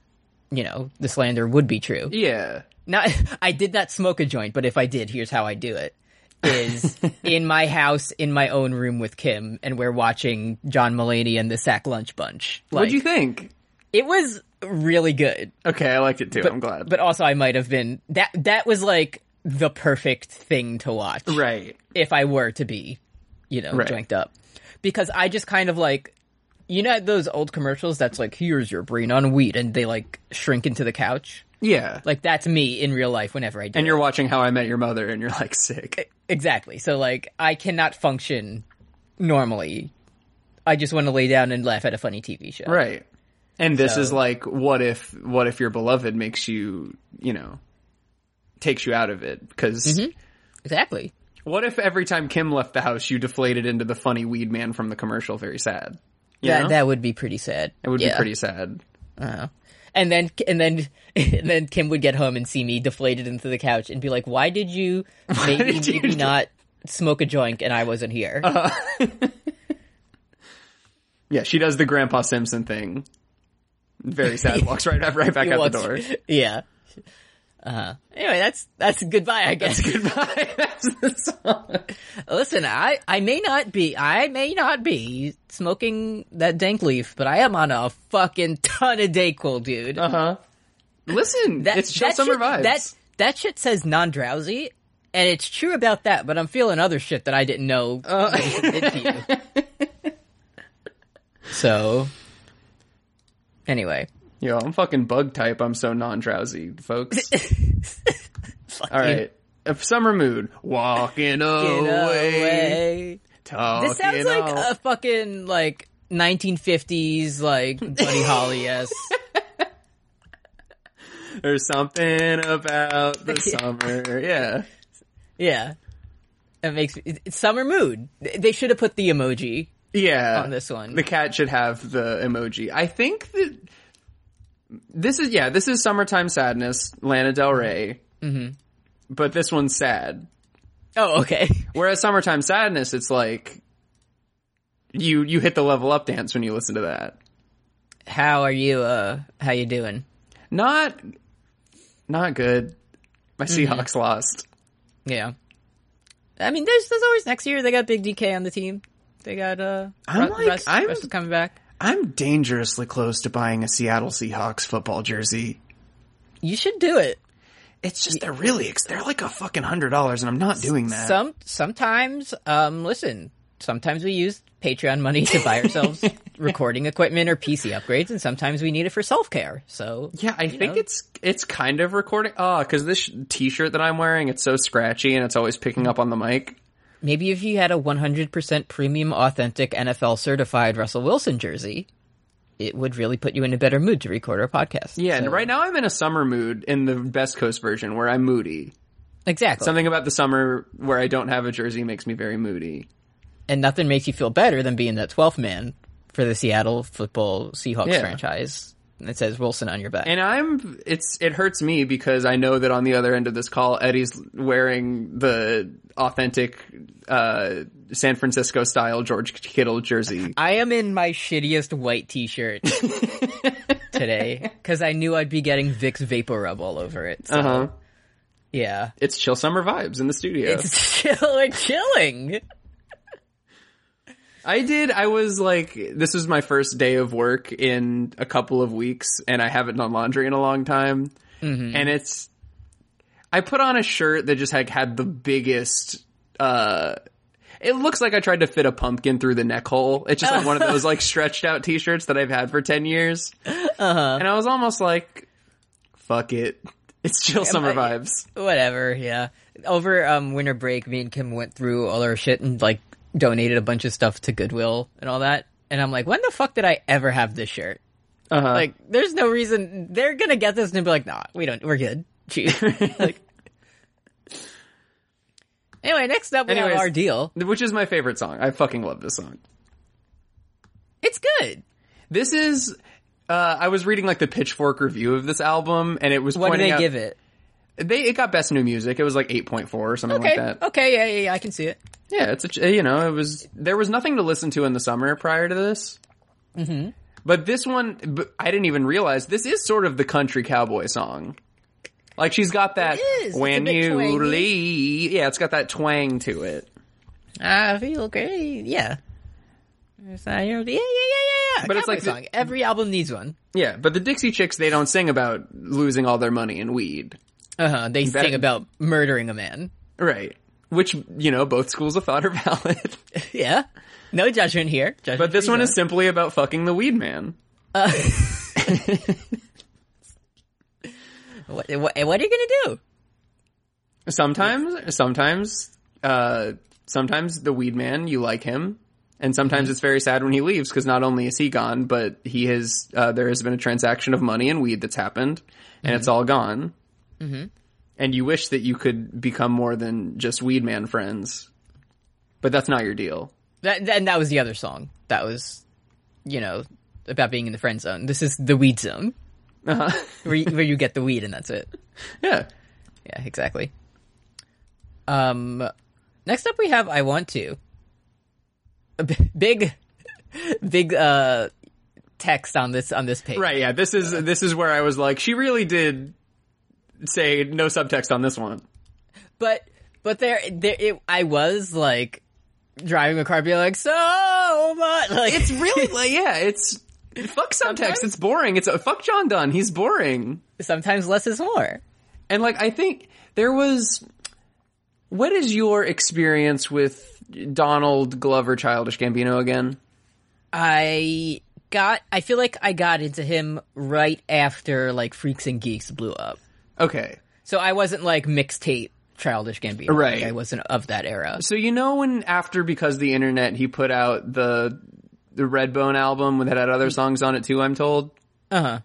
[SPEAKER 2] you know the slander would be true.
[SPEAKER 3] yeah.
[SPEAKER 2] Not I did not smoke a joint, but if I did, here's how I do it: is in my house in my own room with Kim, and we're watching John Mulaney and the Sack Lunch Bunch.
[SPEAKER 3] What'd
[SPEAKER 2] Like,
[SPEAKER 3] you think?
[SPEAKER 2] it was really good
[SPEAKER 3] Okay, I liked it too. I'm glad.
[SPEAKER 2] but also I might have been that that was like the perfect thing to watch
[SPEAKER 3] right.
[SPEAKER 2] if I were to be, you know,
[SPEAKER 3] Right.
[SPEAKER 2] dranked up. Because I just kind of like you know those old commercials that's like here's your brain on weed and they like shrink into the couch?
[SPEAKER 3] Yeah.
[SPEAKER 2] Like that's me in real life whenever I do.
[SPEAKER 3] and
[SPEAKER 2] it.
[SPEAKER 3] you're watching How I Met Your Mother and you're like sick.
[SPEAKER 2] exactly. So like I cannot function normally. I just want to lay down and laugh at a funny TV show.
[SPEAKER 3] Right. And this
[SPEAKER 2] So-
[SPEAKER 3] is like what if what if your beloved makes you, you know, takes you out of it because
[SPEAKER 2] Exactly.
[SPEAKER 3] what if every time Kim left the house you deflated into the funny weed man from the commercial very sad. You
[SPEAKER 2] That
[SPEAKER 3] know?
[SPEAKER 2] that would be pretty sad.
[SPEAKER 3] it would be
[SPEAKER 2] Yeah.
[SPEAKER 3] pretty sad.
[SPEAKER 2] Oh. And then and then and then Kim would get home and see me deflated into the couch and be like, "Why did you maybe
[SPEAKER 3] did you
[SPEAKER 2] maybe
[SPEAKER 3] do- Uh,
[SPEAKER 2] not smoke a joint and I wasn't here?"
[SPEAKER 3] Yeah, she does the Grandpa Simpson thing. Very sad. Walks right right back
[SPEAKER 2] He
[SPEAKER 3] out
[SPEAKER 2] walks-
[SPEAKER 3] the door.
[SPEAKER 2] yeah. Uh, anyway, that's that's goodbye. I guess
[SPEAKER 3] Goodbye. That's the song.
[SPEAKER 2] Listen, I I may not be I may not be smoking that dank leaf, but I am on a fucking ton of Dayquil,
[SPEAKER 3] Uh,
[SPEAKER 2] dude.
[SPEAKER 3] Listen,
[SPEAKER 2] That-
[SPEAKER 3] it's chill
[SPEAKER 2] that
[SPEAKER 3] summer
[SPEAKER 2] shit,
[SPEAKER 3] vibes.
[SPEAKER 2] That that shit says non drowsy, and it's true about that. But I'm feeling other shit that I didn't know
[SPEAKER 3] Oh.
[SPEAKER 2] did to you. So, anyway,
[SPEAKER 3] Yo, I'm fucking bug type. I'm so non drowsy, folks. All right. A summer mood. Walking
[SPEAKER 2] Get
[SPEAKER 3] away.
[SPEAKER 2] away.
[SPEAKER 3] Talking
[SPEAKER 2] This sounds like
[SPEAKER 3] all-
[SPEAKER 2] a fucking like 1950s like Buddy Holly esque.
[SPEAKER 3] There's something about the summer. Yeah.
[SPEAKER 2] Yeah, it makes it- it's summer mood. They should have put the emoji.
[SPEAKER 3] Yeah.
[SPEAKER 2] On this one.
[SPEAKER 3] The cat should have the emoji. I think that this is, yeah, this is Summertime Sadness, Lana Del Rey. Mm-hmm. But this one's sad.
[SPEAKER 2] Oh, okay.
[SPEAKER 3] Whereas Summertime Sadness, it's like you, you hit the level up dance when you listen to that.
[SPEAKER 2] How are you? Uh, how you doing?
[SPEAKER 3] not not good. My Seahawks lost.
[SPEAKER 2] Yeah. I mean, there's, there's always next year. They got Big DK on the team. They got uh,
[SPEAKER 3] I'm
[SPEAKER 2] Ru-
[SPEAKER 3] like-
[SPEAKER 2] Russ,
[SPEAKER 3] I'm-
[SPEAKER 2] Russ is coming back.
[SPEAKER 3] I'm dangerously close to buying a Seattle Seahawks football jersey.
[SPEAKER 2] You should do it.
[SPEAKER 3] It's just they're really ex- they're like a fucking hundred dollars, and I'm not doing that.
[SPEAKER 2] Some sometimes, um, listen. Sometimes we use Patreon money to buy ourselves recording equipment or PC upgrades, and sometimes we need it for self care. So
[SPEAKER 3] yeah, I think
[SPEAKER 2] know?
[SPEAKER 3] it's it's kind of recording. Oh, because this sh- T-shirt that I'm wearing, it's so scratchy and it's always picking up on the mic.
[SPEAKER 2] maybe if you had a 100% premium, authentic NFL certified Russell Wilson jersey, it would really put you in a better mood to record our podcast.
[SPEAKER 3] Yeah,
[SPEAKER 2] So-
[SPEAKER 3] and right now I'm in a summer mood in the Best Coast version where I'm moody.
[SPEAKER 2] exactly.
[SPEAKER 3] Something about the summer where I don't have a jersey makes me very moody.
[SPEAKER 2] and nothing makes you feel better than being that 12th man for the Seattle football Seahawks
[SPEAKER 3] Yeah.
[SPEAKER 2] franchise. And it says Wilson on your back.
[SPEAKER 3] And I'm it's it hurts me because I know that on the other end of this call, Eddie's wearing the authentic uh, San Francisco style George Kittle jersey.
[SPEAKER 2] I am in my shittiest white t-shirt today because I knew I'd be getting Vicks Vapor Rub all over it. So,
[SPEAKER 3] Uh huh.
[SPEAKER 2] yeah.
[SPEAKER 3] It's chill summer vibes in the studio.
[SPEAKER 2] It's chill, we're chilling.
[SPEAKER 3] I did. I was like, this is my first day of work in a couple of weeks, and I haven't done laundry in a long time. And it's, I put on a shirt that just like had the biggest. uh It looks like I tried to fit a pumpkin through the neck hole. It's just like one of those like stretched out T-shirts that I've had for ten years. And I was almost like, fuck it. It's chill summer
[SPEAKER 2] I-
[SPEAKER 3] vibes.
[SPEAKER 2] Whatever, yeah. Over um winter break, me and Kim went through all our shit and like donated a bunch of stuff to Goodwill and all that. And I'm like, when the fuck did I ever have this shirt?
[SPEAKER 3] Uh-huh.
[SPEAKER 2] Like, there's no reason they're gonna get this and be like, nah, we don't, we're good. Cheap. like, anyway, next up we
[SPEAKER 3] Anyways.
[SPEAKER 2] have our deal.
[SPEAKER 3] which is my favorite song. I fucking love this song.
[SPEAKER 2] It's good.
[SPEAKER 3] This is. Uh, I was reading like the Pitchfork review of this album, and it was
[SPEAKER 2] What do
[SPEAKER 3] pointing
[SPEAKER 2] they
[SPEAKER 3] out-
[SPEAKER 2] give it?
[SPEAKER 3] They it got best new music. It was like eight point four or something
[SPEAKER 2] Okay,
[SPEAKER 3] like that.
[SPEAKER 2] okay, yeah, yeah, yeah, I can see it.
[SPEAKER 3] Yeah, it's a, ch- you know it was there was nothing to listen to in the summer prior to this. Mm-hmm. But this one, b- I didn't even realize this is sort of the country cowboy song. Like she's got that
[SPEAKER 2] It is. It's a
[SPEAKER 3] when
[SPEAKER 2] bit
[SPEAKER 3] you
[SPEAKER 2] twangy.
[SPEAKER 3] leave, yeah, it's got that twang to it.
[SPEAKER 2] I feel great. Yeah. It's not your- Yeah, yeah, yeah, yeah, yeah.
[SPEAKER 3] But it's
[SPEAKER 2] Cowboy
[SPEAKER 3] like the-
[SPEAKER 2] song. Every album needs one.
[SPEAKER 3] Yeah, but the Dixie Chicks they don't sing about losing all their money in weed,
[SPEAKER 2] Uh huh. They
[SPEAKER 3] bet-
[SPEAKER 2] sing about murdering a man.
[SPEAKER 3] right? Which you know both schools of thought are valid,
[SPEAKER 2] Yeah. No judgment here. Judgment
[SPEAKER 3] but this
[SPEAKER 2] free
[SPEAKER 3] one is
[SPEAKER 2] zone.
[SPEAKER 3] simply about fucking the weed man.
[SPEAKER 2] What, what, what are you gonna do?
[SPEAKER 3] Sometimes, sometimes, uh, sometimes the weed man, you like him. And sometimes it's very sad when he leaves because not only is he gone, but he has, uh, there has been a transaction of money and weed that's happened and it's all gone. Mm-hmm. And you wish that you could become more than just weed man friends, but that's not your deal.
[SPEAKER 2] That, that- and that was the other song. That was, you know, about being in the friend zone. This is the weed zone,
[SPEAKER 3] Uh-huh.
[SPEAKER 2] where you, where you get the weed and that's it.
[SPEAKER 3] yeah.
[SPEAKER 2] Yeah, exactly. Um, next up we have "I Want to." A b- big, big uh text on this on this page.
[SPEAKER 3] Right. Yeah. This is, this is where I was like, she really did say no subtext on this one.
[SPEAKER 2] but but there there it, I was like driving the car, being like so much. Like
[SPEAKER 3] It's really like yeah, it's fuck subtext. It's boring. It's a fuck John Dunn. He's boring.
[SPEAKER 2] sometimes less is more.
[SPEAKER 3] And like I think there was what is your experience with Donald Glover Childish Gambino again?
[SPEAKER 2] I got I feel like I got into him right after like Freaks and Geeks blew up.
[SPEAKER 3] Okay.
[SPEAKER 2] So I wasn't like mixtape childish Gambino.
[SPEAKER 3] Right.
[SPEAKER 2] Like, I wasn't of that era.
[SPEAKER 3] So you know when after because the internet he put out the the Redbone album that had other songs on it too, I'm told.
[SPEAKER 2] Uh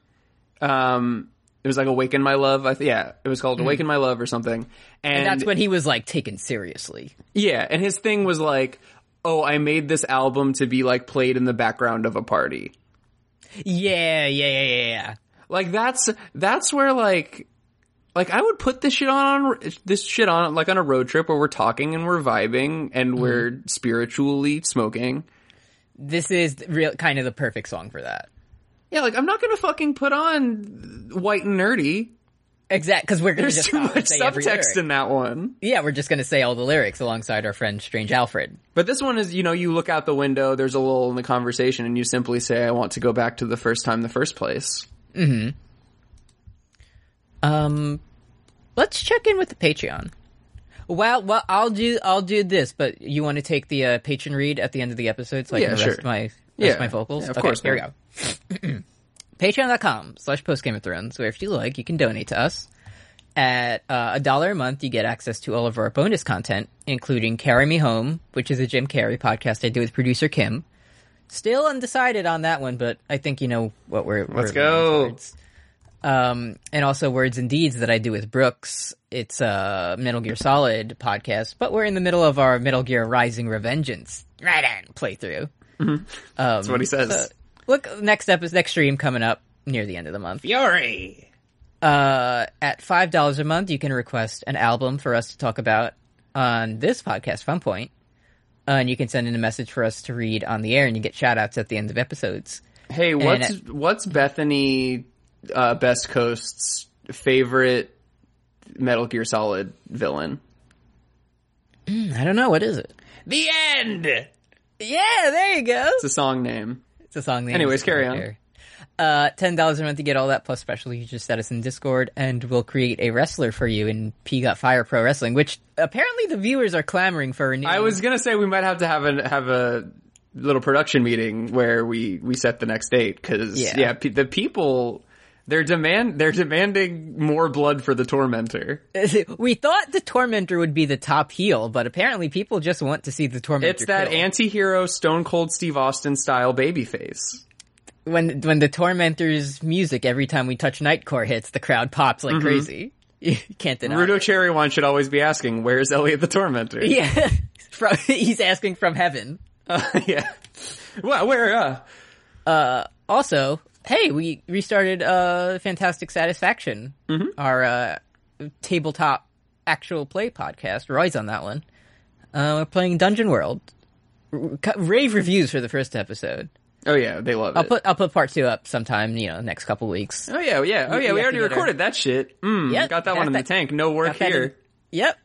[SPEAKER 2] huh.
[SPEAKER 3] Um it was like Awaken My Love. I th- yeah, it was called Awaken My Love or something. And,
[SPEAKER 2] That's when he was like taken seriously.
[SPEAKER 3] Yeah, and his thing was like, "Oh, I made this album to be like played in the background of a party."
[SPEAKER 2] Yeah, yeah, yeah, yeah, yeah.
[SPEAKER 3] Like that's that's where like like I would put this shit on, on this shit on like on a road trip where we're talking and we're vibing
[SPEAKER 2] Mm-hmm.
[SPEAKER 3] and we're spiritually smoking.
[SPEAKER 2] This is real kind of the perfect song for that.
[SPEAKER 3] Yeah, like I'm not going to fucking put on white and nerdy.
[SPEAKER 2] Exact, because we're gonna
[SPEAKER 3] There's
[SPEAKER 2] just
[SPEAKER 3] too
[SPEAKER 2] stop
[SPEAKER 3] much
[SPEAKER 2] and say every
[SPEAKER 3] subtext
[SPEAKER 2] lyric.
[SPEAKER 3] in that one.
[SPEAKER 2] Yeah, we're just gonna say all the lyrics alongside our friend Strange Alfred.
[SPEAKER 3] But this one is, you know, you look out the window, there's a lull in the conversation and you simply say I want to go back to the first time the first place.
[SPEAKER 2] Um, let's check in with the Patreon. Well, well, I'll do I'll do this, but you want to take the uh, patron read at the end of the episode so I
[SPEAKER 3] Yeah,
[SPEAKER 2] can rest
[SPEAKER 3] sure.
[SPEAKER 2] my rest
[SPEAKER 3] Yeah.
[SPEAKER 2] my vocals.
[SPEAKER 3] Yeah, of
[SPEAKER 2] okay,
[SPEAKER 3] course,
[SPEAKER 2] here we
[SPEAKER 3] man.
[SPEAKER 2] go. Patreon.com slash post Game of Thrones, where if you like, you can donate to us. At uh, a dollar a month, you get access to all of our bonus content, including Carry Me Home, which is a Jim Carrey podcast I do with producer Kim. Still undecided on that one, but I think you know what we're.
[SPEAKER 3] Let's
[SPEAKER 2] we're leaning
[SPEAKER 3] go.
[SPEAKER 2] towards. Um, and also Words and Deeds that I do with Brooks. It's a Metal Gear Solid podcast, but we're in the middle of our Metal Gear Rising Revengeance right on playthrough. Um,
[SPEAKER 3] That's what he says.
[SPEAKER 2] Look, next episode, next stream coming up near the end of the month.
[SPEAKER 3] Fury.
[SPEAKER 2] Uh, at five dollars a month, you can request an album for us to talk about on this podcast, Fun Point, uh, and you can send in a message for us to read on the air, and you get shout outs at the end of episodes.
[SPEAKER 3] Hey, what's what's Bethany uh, Best Coast's favorite Metal Gear Solid villain?
[SPEAKER 2] I don't know what is it.
[SPEAKER 3] The end. It's
[SPEAKER 2] Yeah, there you go.
[SPEAKER 3] a song name.
[SPEAKER 2] It's a song name.
[SPEAKER 3] Anyways,
[SPEAKER 2] It's a
[SPEAKER 3] carry
[SPEAKER 2] song
[SPEAKER 3] on.
[SPEAKER 2] there. Uh, ten dollars a month to get all that plus special You just status in Discord, and we'll create a wrestler for you in P Got Fire Pro Wrestling, which apparently the viewers are clamoring for. A new
[SPEAKER 3] I was gonna say we might have to have a have a little production meeting where we we set the next date because
[SPEAKER 2] Yeah.
[SPEAKER 3] yeah, pe- the people They're demand they're demanding more blood for the tormentor.
[SPEAKER 2] we thought the tormentor would be the top heel, but apparently people just want to see the tormentor.
[SPEAKER 3] It's that
[SPEAKER 2] killed.
[SPEAKER 3] anti-hero Stone Cold Steve Austin style babyface.
[SPEAKER 2] when when the tormentor's music every time we touch Nightcore hits, the crowd pops like crazy. You can't deny.
[SPEAKER 3] Rudo
[SPEAKER 2] it.
[SPEAKER 3] Cherrywine should always be asking, "Where's Elliot the Tormentor?"
[SPEAKER 2] Yeah, from, he's asking from heaven.
[SPEAKER 3] Uh, yeah. Well, where? Uh,
[SPEAKER 2] Also, hey, we restarted uh, Fantastic Satisfaction, our uh, tabletop actual play podcast. Roy's on that one. Uh, we're playing Dungeon World. R- r- Rave reviews for the first episode.
[SPEAKER 3] oh yeah, they love
[SPEAKER 2] I'll
[SPEAKER 3] it.
[SPEAKER 2] put I'll put part two up sometime. You know, next couple weeks.
[SPEAKER 3] oh yeah, yeah,
[SPEAKER 2] We-
[SPEAKER 3] oh yeah.
[SPEAKER 2] we
[SPEAKER 3] We,
[SPEAKER 2] have
[SPEAKER 3] already
[SPEAKER 2] to get our-
[SPEAKER 3] recorded that shit. Mm,
[SPEAKER 2] Yep,
[SPEAKER 3] got that
[SPEAKER 2] got
[SPEAKER 3] one in
[SPEAKER 2] that-
[SPEAKER 3] the tank. No work
[SPEAKER 2] got that in-
[SPEAKER 3] here.
[SPEAKER 2] Yep.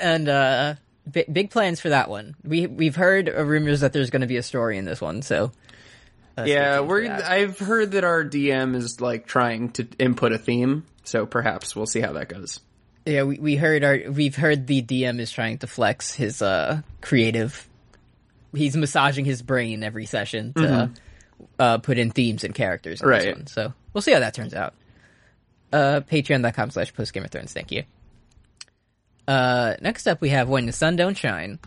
[SPEAKER 2] And uh bi- big plans for that one. We we've heard uh, rumors that there's going to be a story in this one, so uh, stay
[SPEAKER 3] yeah,
[SPEAKER 2] tuned for
[SPEAKER 3] we're.
[SPEAKER 2] that.
[SPEAKER 3] I've heard that our DM is like trying to input a theme, so perhaps we'll see how that goes.
[SPEAKER 2] yeah, we, we heard our we've heard the DM is trying to flex his uh creative he's massaging his brain every session to uh put in themes and characters in this
[SPEAKER 3] Mm-hmm. Right.
[SPEAKER 2] one. So, we'll see how that turns out. Uh patreon.com slash post game of thrones. Thank you. Uh next up we have when the sun don't shine.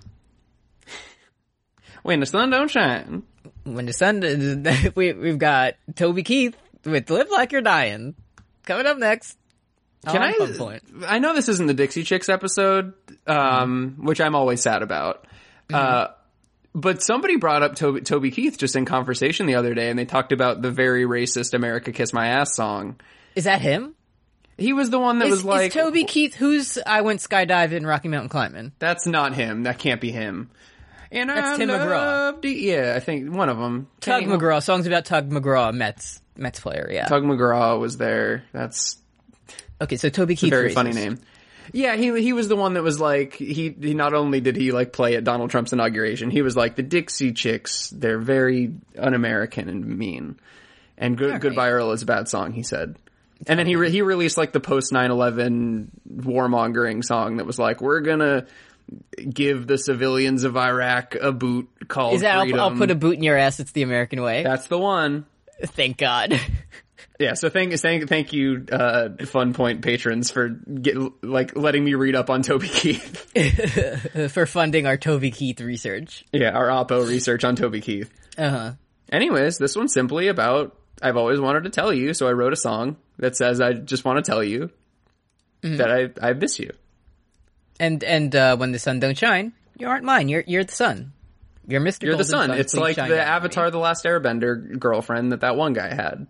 [SPEAKER 3] When the sun don't shine.
[SPEAKER 2] when the sun we we've got Toby Keith with "Live Like You're Dying" coming up next.
[SPEAKER 3] Can
[SPEAKER 2] on
[SPEAKER 3] I?
[SPEAKER 2] Fun Point.
[SPEAKER 3] I know this isn't the Dixie Chicks episode, um,
[SPEAKER 2] Mm-hmm.
[SPEAKER 3] which I'm always sad about. Uh, but somebody brought up Toby, Toby Keith just in conversation the other day, and they talked about the very racist "America Kiss My Ass" song.
[SPEAKER 2] Is that him?
[SPEAKER 3] He was the one that
[SPEAKER 2] Is,
[SPEAKER 3] was like,
[SPEAKER 2] is Toby Keith? Who's I went skydiving, Rocky Mountain climbing?
[SPEAKER 3] "That's not him. That can't be him." And I
[SPEAKER 2] That's Tim McGraw.
[SPEAKER 3] loved it- Yeah, I think one of them.
[SPEAKER 2] Tug McGraw. Songs about Tug McGraw, Mets Mets player. Yeah.
[SPEAKER 3] Tug McGraw was there. That's
[SPEAKER 2] okay, so Toby Keith.
[SPEAKER 3] very
[SPEAKER 2] racist.
[SPEAKER 3] funny name. Yeah, he he was the one that was like he he not only did he like play at Donald Trump's inauguration, he was like the Dixie Chicks. They're very un-American and mean. And good
[SPEAKER 2] right.
[SPEAKER 3] goodbye Earl is a bad song, he said. And then he re- he released like the post 9/11 warmongering song that was like we're going to give the civilians of Iraq a boot called
[SPEAKER 2] Is that I'll,
[SPEAKER 3] freedom.
[SPEAKER 2] I'll put a boot in your ass? It's the American way.
[SPEAKER 3] That's the one.
[SPEAKER 2] Thank God.
[SPEAKER 3] Yeah, so thank thank thank you, uh, Fun Point patrons for get, like letting me read up on Toby Keith.
[SPEAKER 2] For funding our Toby Keith research.
[SPEAKER 3] Yeah, our Oppo research on Toby Keith.
[SPEAKER 2] Uh huh.
[SPEAKER 3] Anyways, this one's simply about I've always wanted to tell you, so I wrote a song that says I just want to tell you
[SPEAKER 2] Mm-hmm.
[SPEAKER 3] that I I miss you.
[SPEAKER 2] And and uh, when the sun don't shine, you aren't mine. You're you're the sun. You're Mr.
[SPEAKER 3] You're the
[SPEAKER 2] Golden
[SPEAKER 3] sun. It's
[SPEAKER 2] Please
[SPEAKER 3] like
[SPEAKER 2] shine
[SPEAKER 3] the
[SPEAKER 2] down on me.
[SPEAKER 3] Avatar, the Last Airbender girlfriend that that one guy had.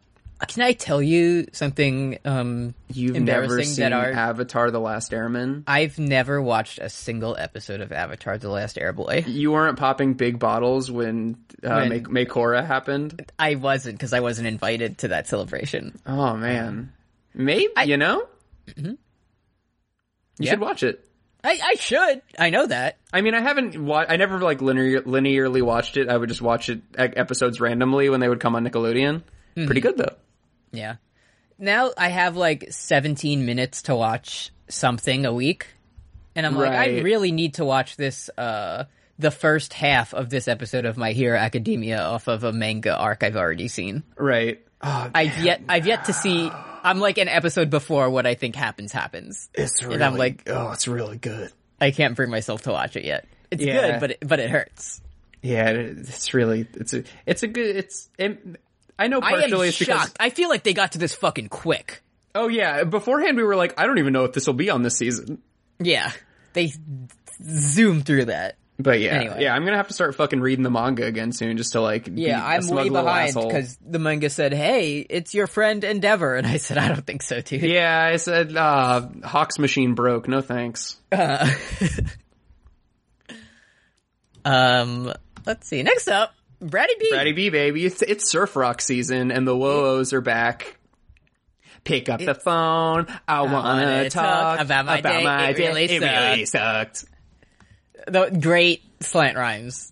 [SPEAKER 2] Can I tell you something? Um,
[SPEAKER 3] You've
[SPEAKER 2] embarrassing
[SPEAKER 3] never seen
[SPEAKER 2] that our
[SPEAKER 3] Avatar, the Last Airman.
[SPEAKER 2] I've never watched a single episode of Avatar: The Last Airboy.
[SPEAKER 3] You weren't popping big bottles when uh,
[SPEAKER 2] When-
[SPEAKER 3] May Korra happened.
[SPEAKER 2] I wasn't because I wasn't invited to that celebration.
[SPEAKER 3] Oh man, maybe you know. You
[SPEAKER 2] Mm-hmm. Yeah.
[SPEAKER 3] should watch it.
[SPEAKER 2] I, I should. I know that.
[SPEAKER 3] I mean, I haven't. Wa- I never like linear- linearly watched it. I would just watch it e- episodes randomly when they would come on Nickelodeon. Pretty good though.
[SPEAKER 2] Yeah. Now I have like 17 minutes to watch something a week, and I'm like, I
[SPEAKER 3] Right.
[SPEAKER 2] really need to watch this. Uh, the first half of this episode of My Hero Academia off of a manga arc I've already seen.
[SPEAKER 3] Right. Oh,
[SPEAKER 2] I've yet I've yet to see. I'm like an episode before what I think happens happens.
[SPEAKER 3] it's really.
[SPEAKER 2] I'm like-
[SPEAKER 3] oh, it's really good.
[SPEAKER 2] I can't bring myself to watch it yet. It's
[SPEAKER 3] Yeah.
[SPEAKER 2] good, but it, but it hurts.
[SPEAKER 3] Yeah, it- it's really. It's a. It's a good. It's. It, I know
[SPEAKER 2] I am
[SPEAKER 3] partially it's
[SPEAKER 2] shocked. I feel like they got to this fucking quick.
[SPEAKER 3] because. Oh yeah. Beforehand, we were like, I don't even know if this will be on this season.
[SPEAKER 2] Yeah, they zoom through that.
[SPEAKER 3] But yeah,
[SPEAKER 2] Anyway.
[SPEAKER 3] yeah, I'm gonna have to start fucking reading the manga again soon, just to like. be
[SPEAKER 2] Yeah,
[SPEAKER 3] a
[SPEAKER 2] I'm
[SPEAKER 3] smug
[SPEAKER 2] way
[SPEAKER 3] little
[SPEAKER 2] behind
[SPEAKER 3] asshole.
[SPEAKER 2] because the manga said, "Hey, it's your friend Endeavor," and I said, "I don't think so, dude."
[SPEAKER 3] Yeah, I said uh, Hawk's machine broke. No thanks.
[SPEAKER 2] Um, let's see. Next up, Braddy B.
[SPEAKER 3] Bratty B, baby. It's, it's surf rock season, and the Woos are back. Pick up the phone. I, wanna,
[SPEAKER 2] wanna
[SPEAKER 3] talk, about my day.
[SPEAKER 2] It really
[SPEAKER 3] It really sucked.
[SPEAKER 2] The great slant rhymes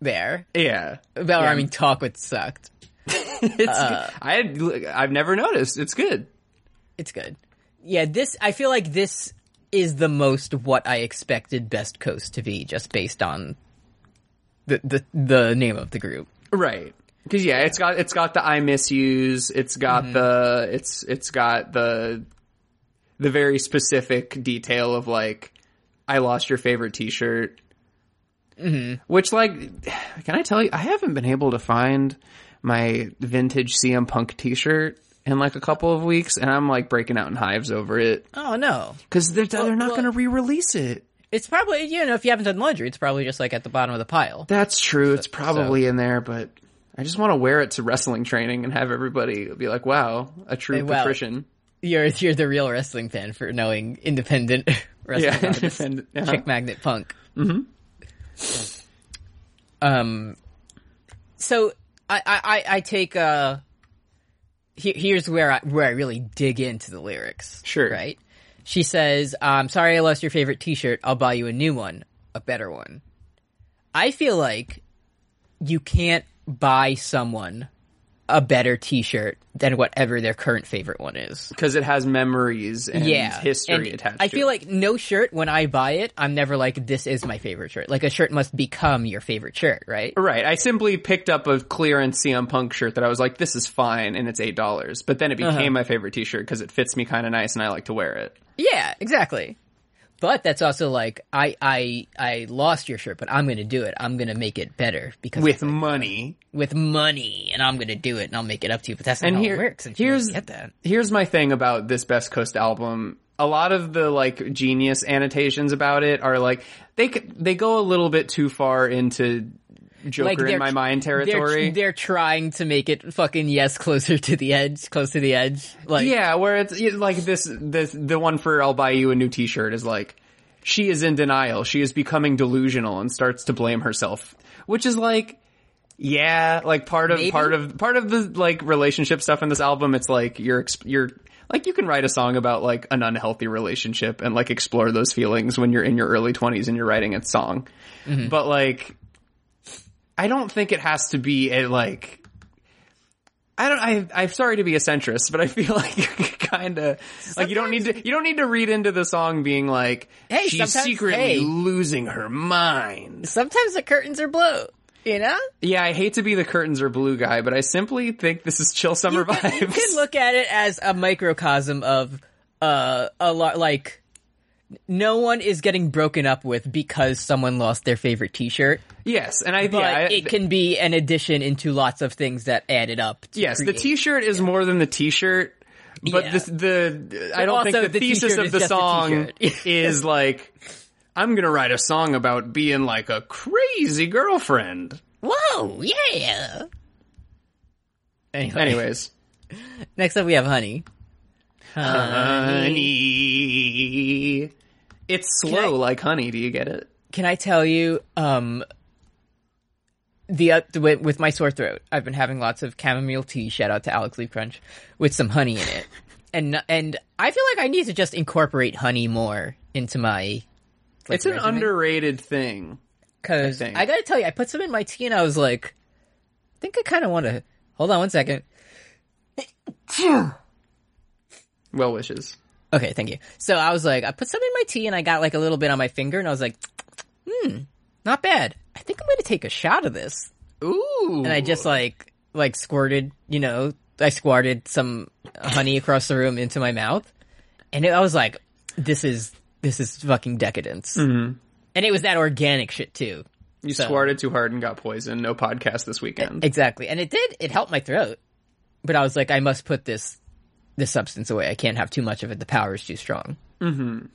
[SPEAKER 2] there
[SPEAKER 3] Yeah,
[SPEAKER 2] about rhyming talk with sucked.
[SPEAKER 3] it's. I had- I've never noticed. It's good.
[SPEAKER 2] It's good. Yeah, this I feel like this is the most what I expected Best Coast to be, just based on the the, the name of the group.
[SPEAKER 3] Right. Because yeah, it's got it's got the I miss yous. It's got the it's it's got the the very specific detail of like I lost your favorite T-shirt. Mm-hmm. Which like, can I tell you? I haven't been able to find my vintage CM Punk T-shirt in like a couple of weeks, and I'm like breaking out in hives over it
[SPEAKER 2] Oh no,
[SPEAKER 3] because they're they're not
[SPEAKER 2] well-
[SPEAKER 3] going to re-release it.
[SPEAKER 2] it's probably you know if you haven't done laundry, it's probably just like at the bottom of the pile.
[SPEAKER 3] That's true. It's probably in there, but I just want to wear it to wrestling training and have everybody be like, "Wow, a true
[SPEAKER 2] Hey, wow.
[SPEAKER 3] patrician."
[SPEAKER 2] You're you're the real wrestling fan for knowing independent wrestling
[SPEAKER 3] Yeah,
[SPEAKER 2] artists.
[SPEAKER 3] and- uh-huh. yeah.
[SPEAKER 2] Chick Magnet Punk. Mm-hmm. Um. So I I I, I take uh. Here, here's where I where I really dig into the lyrics.
[SPEAKER 3] Sure.
[SPEAKER 2] Right. She says, "I'm sorry I lost your favorite T-shirt. I'll buy you a new one, a better one." I feel like you can't buy someone a better T-shirt than whatever their current favorite one is
[SPEAKER 3] because it has memories and
[SPEAKER 2] yeah
[SPEAKER 3] history
[SPEAKER 2] and
[SPEAKER 3] attached.
[SPEAKER 2] i
[SPEAKER 3] to
[SPEAKER 2] feel
[SPEAKER 3] it.
[SPEAKER 2] like no shirt when i buy it i'm never like this is my favorite shirt like a shirt must become your favorite shirt right
[SPEAKER 3] right. I simply picked up a clearance CM Punk shirt that I was like, "This is fine," and it's eight dollars. But then it
[SPEAKER 2] Uh-huh.
[SPEAKER 3] became my favorite T-shirt because it fits me kind of nice, and I like to wear it.
[SPEAKER 2] yeah exactly but that's also like i i i lost your shirt but i'm gonna do it i'm gonna make it better because
[SPEAKER 3] With money,
[SPEAKER 2] with money and i'm gonna do it and i'll make it up to you but that's not
[SPEAKER 3] And
[SPEAKER 2] how
[SPEAKER 3] here-
[SPEAKER 2] it works and she
[SPEAKER 3] here's-
[SPEAKER 2] doesn't get that
[SPEAKER 3] here's my thing about this Best Coast album. A lot of the like genius annotations about it are like they c- they go a little bit too far into Joker in
[SPEAKER 2] they're-
[SPEAKER 3] my mind
[SPEAKER 2] they're-
[SPEAKER 3] territory.
[SPEAKER 2] they're, trying to make it fucking yes closer to the edge close to the edge like
[SPEAKER 3] yeah, where it's you- like this this the one for I'll buy you a new T-shirt is like she is in denial. She is becoming delusional and starts to blame herself, which is like. Yeah, like part of
[SPEAKER 2] Maybe.
[SPEAKER 3] part of part of the like relationship stuff in this album. It's like you're ex- you're like you can write a song about like an unhealthy relationship and like explore those feelings when you're in your early twenties and you're writing a song.
[SPEAKER 2] Mm-hmm.
[SPEAKER 3] But like, I don't think it has to be a like. I don't. I, I'm sorry to be a centrist, but I feel like you're kind of like you don't need to. You don't need to read into the song being like,
[SPEAKER 2] Hey,
[SPEAKER 3] she's
[SPEAKER 2] sometimes-
[SPEAKER 3] secretly
[SPEAKER 2] hey."
[SPEAKER 3] losing her mind."
[SPEAKER 2] sometimes the curtains are blue you know
[SPEAKER 3] Yeah, I hate to be the curtains are blue guy, but I simply think this is chill summer vibes.
[SPEAKER 2] You can look at it as a microcosm of uh, a lot like no one is getting broken up with because someone lost their favorite T-shirt,
[SPEAKER 3] yes, and I
[SPEAKER 2] but
[SPEAKER 3] yeah, I-
[SPEAKER 2] it can be an addition into lots of things that added up. To
[SPEAKER 3] yes, the
[SPEAKER 2] create-
[SPEAKER 3] T-shirt is more than the T-shirt, but
[SPEAKER 2] Yeah.
[SPEAKER 3] this, the
[SPEAKER 2] But
[SPEAKER 3] I don't think
[SPEAKER 2] also
[SPEAKER 3] the,
[SPEAKER 2] the
[SPEAKER 3] thesis
[SPEAKER 2] T-shirt
[SPEAKER 3] of
[SPEAKER 2] is
[SPEAKER 3] the
[SPEAKER 2] just a
[SPEAKER 3] song
[SPEAKER 2] T-shirt.
[SPEAKER 3] is like I'm gonna write a song about being like a crazy girlfriend.
[SPEAKER 2] Whoa, yeah. Anyway,
[SPEAKER 3] Anyways,
[SPEAKER 2] next up we have Honey.
[SPEAKER 3] Uh, honey, it's
[SPEAKER 2] I-
[SPEAKER 3] slow like honey. Do you get it?
[SPEAKER 2] Can I tell you? Um, the uh, with, with my sore throat, I've been having lots of chamomile tea. Shout out to Alex Lee Crunch with some honey in it, and and I feel like I need to just incorporate honey more into my. like,
[SPEAKER 3] It's an
[SPEAKER 2] regimen.
[SPEAKER 3] underrated thing.
[SPEAKER 2] Because
[SPEAKER 3] thing.
[SPEAKER 2] I gotta tell you, I put some in my tea and I was like, I think I kind of want to. Hold on one second.
[SPEAKER 3] Well wishes.
[SPEAKER 2] Okay, thank you. So I was like, I put some in my tea and I got like a little bit on my finger and I was like, hmm, not bad. I think I'm gonna take a shot of this.
[SPEAKER 3] Ooh,
[SPEAKER 2] And I just like, like squirted, you know, I squirted some honey across the room into my mouth. And it, I was like, this is, this is fucking decadence. And it was that organic shit too.
[SPEAKER 3] You
[SPEAKER 2] So-
[SPEAKER 3] squirted too hard and got poisoned. No podcast this weekend.
[SPEAKER 2] Exactly. And it did, it helped my throat. But I was like, I must put this this substance away. I can't have too much of it. The power is too strong. Mm-hmm.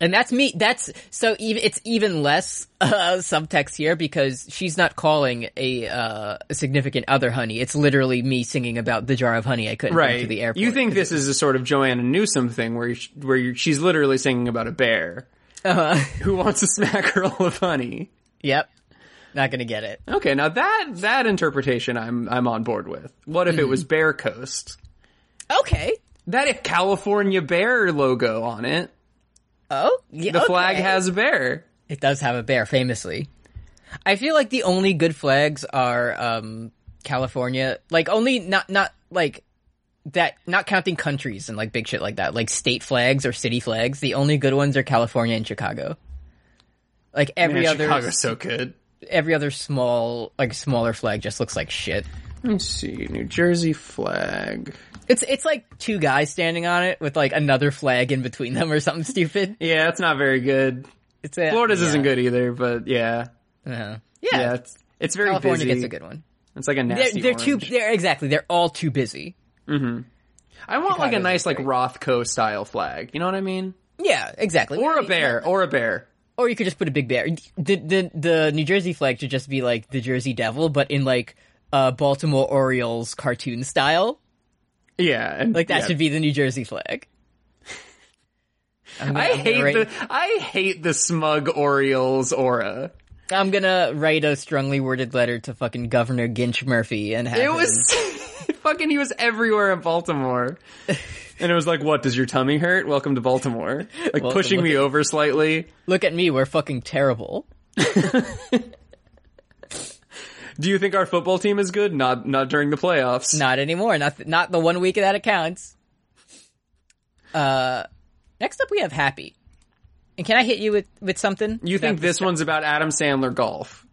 [SPEAKER 2] And that's me. That's so. Even it's even less uh, subtext here because she's not calling a, uh, a significant other honey. It's literally me singing about the jar of honey I couldn't bring
[SPEAKER 3] right.
[SPEAKER 2] to the airport.
[SPEAKER 3] You think this is a sort of Joanna Newsom thing where you, where you, she's literally singing about a bear
[SPEAKER 2] Uh-huh.
[SPEAKER 3] who wants to smack a roll of honey.
[SPEAKER 2] Yep. Not gonna get it.
[SPEAKER 3] Okay, now that that interpretation I'm I'm on board with. What if it was
[SPEAKER 2] Mm-hmm.
[SPEAKER 3] Bear Coast?
[SPEAKER 2] Okay.
[SPEAKER 3] That if California Bear logo on it.
[SPEAKER 2] Oh, yeah,
[SPEAKER 3] The flag
[SPEAKER 2] okay.
[SPEAKER 3] has a bear.
[SPEAKER 2] It does have a bear, famously. I feel like the only good flags are um, California, like only not not like that, not counting countries and like big shit like that, like state flags or city flags. The only good ones are California and Chicago. Like every
[SPEAKER 3] Man,
[SPEAKER 2] other,
[SPEAKER 3] Chicago's so good.
[SPEAKER 2] every other small like smaller flag just looks like shit.
[SPEAKER 3] Let's see, New Jersey flag.
[SPEAKER 2] It's it's like two guys standing on it with like another flag in between them or something stupid.
[SPEAKER 3] Yeah, it's not very good.
[SPEAKER 2] It's a,
[SPEAKER 3] Florida's
[SPEAKER 2] yeah.
[SPEAKER 3] isn't good either, but yeah,
[SPEAKER 2] Uh-huh.
[SPEAKER 3] yeah,
[SPEAKER 2] Yeah,
[SPEAKER 3] it's it's very
[SPEAKER 2] California
[SPEAKER 3] busy.
[SPEAKER 2] gets a good one.
[SPEAKER 3] It's like a
[SPEAKER 2] They're,
[SPEAKER 3] nasty.
[SPEAKER 2] they're too.
[SPEAKER 3] orange.
[SPEAKER 2] They're exactly. They're all too busy.
[SPEAKER 3] I want like a
[SPEAKER 2] Chicago's
[SPEAKER 3] nice like
[SPEAKER 2] great.
[SPEAKER 3] Rothko style flag. You know what I mean?
[SPEAKER 2] Yeah, exactly.
[SPEAKER 3] Or a bear, or a bear.
[SPEAKER 2] or you could just put a big bear. The the the New Jersey flag should just be like the Jersey Devil, but in like uh, Baltimore Orioles cartoon style.
[SPEAKER 3] Yeah, and
[SPEAKER 2] Like that
[SPEAKER 3] yeah.
[SPEAKER 2] should be the New Jersey flag. I'm gonna,
[SPEAKER 3] I
[SPEAKER 2] I'm gonna
[SPEAKER 3] hate
[SPEAKER 2] write,
[SPEAKER 3] the I hate the smug Orioles aura.
[SPEAKER 2] I'm gonna write a strongly worded letter to fucking Governor Ginch Murphy and have
[SPEAKER 3] It
[SPEAKER 2] him-
[SPEAKER 3] was fucking. He was everywhere in Baltimore, and it was like, "What does your tummy hurt? Welcome to Baltimore." Like
[SPEAKER 2] Welcome,
[SPEAKER 3] pushing me over slightly.
[SPEAKER 2] look at me. We're fucking terrible.
[SPEAKER 3] Do you think our football team is good? Not not during the playoffs.
[SPEAKER 2] Not anymore. Not th- not the one week that it counts. Uh, next up we have Happy. And can I hit you with with something?
[SPEAKER 3] You think
[SPEAKER 2] That-
[SPEAKER 3] this one's about Adam Sandler golf?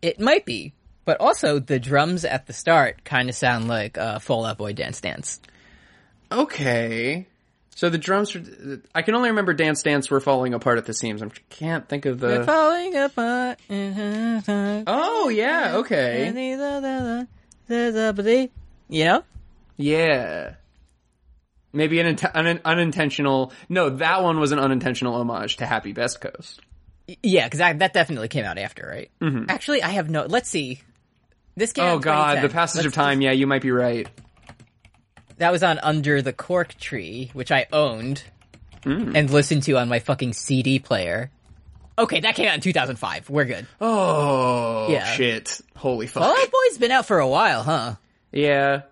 [SPEAKER 2] It might be, but also the drums at the start kind of sound like uh, Fall Out Boy Dance Dance.
[SPEAKER 3] Okay. So the drums. Were, I can only remember Dance Dance were falling apart at the seams. I can't think of
[SPEAKER 2] We're
[SPEAKER 3] the.
[SPEAKER 2] falling apart.
[SPEAKER 3] Eh?
[SPEAKER 2] You
[SPEAKER 3] Oh yeah. Okay.
[SPEAKER 2] know?
[SPEAKER 3] Yeah. Maybe an, int- an unintentional. No, that one was an unintentional homage to Happy Best Coast.
[SPEAKER 2] Yeah, because that definitely came out after, right? Actually, I have no. Let's see. This came out
[SPEAKER 3] Mm-hmm. Oh
[SPEAKER 2] in
[SPEAKER 3] God, the
[SPEAKER 2] 2010.
[SPEAKER 3] passage of
[SPEAKER 2] Let's-
[SPEAKER 3] time. Yeah, you might be right.
[SPEAKER 2] That was on Under the Cork Tree, which I owned
[SPEAKER 3] Mm.
[SPEAKER 2] and listened to on my fucking CD player. Okay, that came out in 2005. We're good. Fall
[SPEAKER 3] Oh
[SPEAKER 2] Yeah.
[SPEAKER 3] shit! Holy fuck!
[SPEAKER 2] Out Boy's been out for a while, huh?
[SPEAKER 3] Yeah.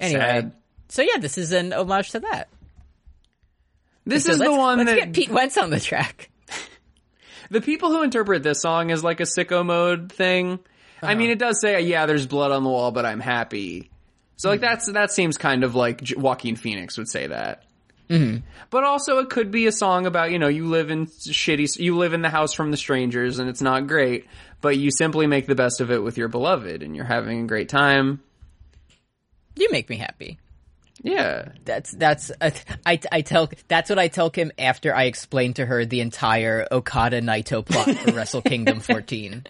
[SPEAKER 2] Anyway,
[SPEAKER 3] Sad.
[SPEAKER 2] so yeah, this is an homage to that.
[SPEAKER 3] This
[SPEAKER 2] So
[SPEAKER 3] is the
[SPEAKER 2] let's-
[SPEAKER 3] one
[SPEAKER 2] let's
[SPEAKER 3] that
[SPEAKER 2] get Pete Wentz on the track.
[SPEAKER 3] the people who interpret this song as like a sicko mode thing. I mean, it does say, "Yeah, there's blood on the wall, but I'm happy." So like that's that seems kind of like J- Joaquin Phoenix would say that. But also, it could be a song about you know you live in shitty, you live in the house from the strangers, and it's not great, but you simply make the best of it with your beloved, and you're having a great time.
[SPEAKER 2] You make me happy.
[SPEAKER 3] Yeah,
[SPEAKER 2] That's that's I, I, I tell that's what I tell Kim after I explain to her the entire Okada Naito plot for Wrestle Kingdom 14.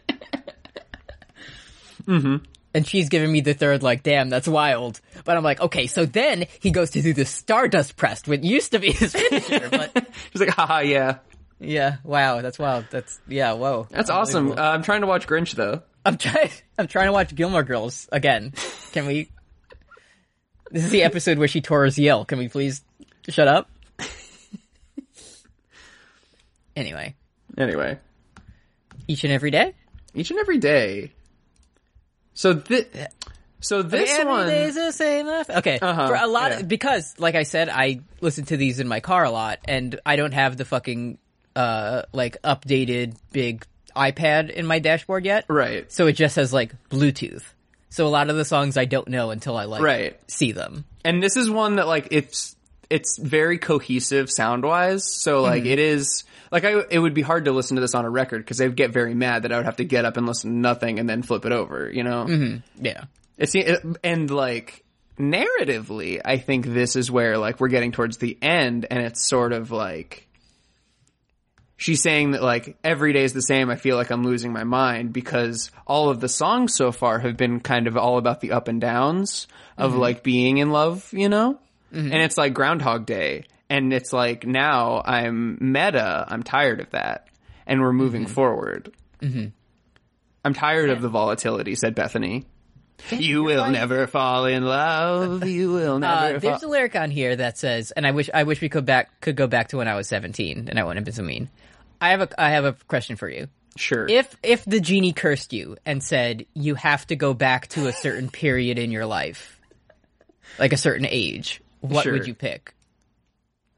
[SPEAKER 2] Mm-hmm. And she's giving me the third like, damn, that's wild. But I'm like, okay, so then he goes to do the Stardust press, which used to be his finisher, but
[SPEAKER 3] she's like, haha, yeah,
[SPEAKER 2] yeah, wow, that's wild. That's yeah, whoa,
[SPEAKER 3] that's awesome. Uh, I'm trying to watch Grinch though.
[SPEAKER 2] I'm trying. I'm trying to watch Gilmore Girls again. Can we? This is the episode where she tore his yell. Can we please shut up? anyway,
[SPEAKER 3] Anyway,
[SPEAKER 2] each and every day.
[SPEAKER 3] each and every day. So thi so this
[SPEAKER 2] Every
[SPEAKER 3] one.
[SPEAKER 2] day's the same. life. Okay,
[SPEAKER 3] Uh-huh,
[SPEAKER 2] for a lot
[SPEAKER 3] yeah.
[SPEAKER 2] of, because, like I said, I listen to these in my car a lot, and I don't have the fucking uh like updated big iPad in my dashboard yet.
[SPEAKER 3] Right.
[SPEAKER 2] So it just has like Bluetooth. So a lot of the songs I don't know until I like
[SPEAKER 3] Right.
[SPEAKER 2] see them.
[SPEAKER 3] And this is one that like it's it's very cohesive sound wise. So like it is like I it would be hard to listen to this on a record because they'd get very mad that I would have to get up and listen to nothing and then flip it over. You know.
[SPEAKER 2] Yeah.
[SPEAKER 3] It's it, and like narratively, I think this is where like we're getting towards the end, and it's sort of like she's saying that like every day is the same. I feel like I'm losing my mind because all of the songs so far have been kind of all about the up and downs of
[SPEAKER 2] Mm-hmm.
[SPEAKER 3] like being in love, you know. And it's like Groundhog Day, and it's like now I'm meta. I'm tired of that, and we're moving
[SPEAKER 2] Mm-hmm.
[SPEAKER 3] forward. I'm tired of the volatility," said Bethany. You will never fall in love. You will
[SPEAKER 2] Uh,
[SPEAKER 3] never
[SPEAKER 2] there's a
[SPEAKER 3] fall.
[SPEAKER 2] lyric on here that says, and I wish I wish we could back could go back to when I was 17 and I wouldn't have been so mean. I have a I have a question for you.
[SPEAKER 3] Sure.
[SPEAKER 2] If if the genie cursed you and said you have to go back to a certain period in your life, like a certain age, what
[SPEAKER 3] Sure.
[SPEAKER 2] would you pick?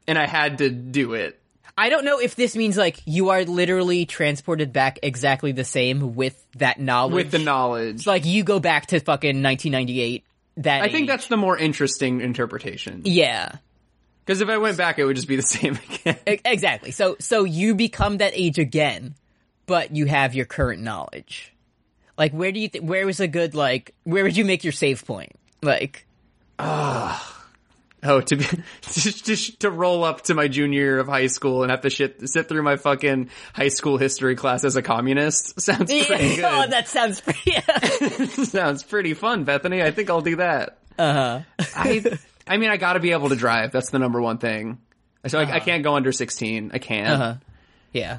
[SPEAKER 3] and I had to do it.
[SPEAKER 2] I don't know if this means like you are literally transported back exactly the same with that knowledge.
[SPEAKER 3] With the knowledge.
[SPEAKER 2] like you go back to fucking 1998. That
[SPEAKER 3] I think
[SPEAKER 2] age.
[SPEAKER 3] that's the more interesting interpretation.
[SPEAKER 2] yeah.
[SPEAKER 3] Because if I went back, it would just be the same again.
[SPEAKER 2] E- Exactly. So so you become that age again, but you have your current knowledge. Like, where do you th- where was a good like where would you make your save point? Like,
[SPEAKER 3] Oh, to be to, to, to roll up to my junior year of high school and have to shit, sit through my fucking high school history class as a communist sounds pretty good.
[SPEAKER 2] oh, that sounds pretty.
[SPEAKER 3] sounds pretty fun, Bethany. I think I'll do that. Uh huh. I I mean, I got to be able to drive. That's the number one thing. So I, I can't go under sixteen. I can't.
[SPEAKER 2] Uh-huh. yeah,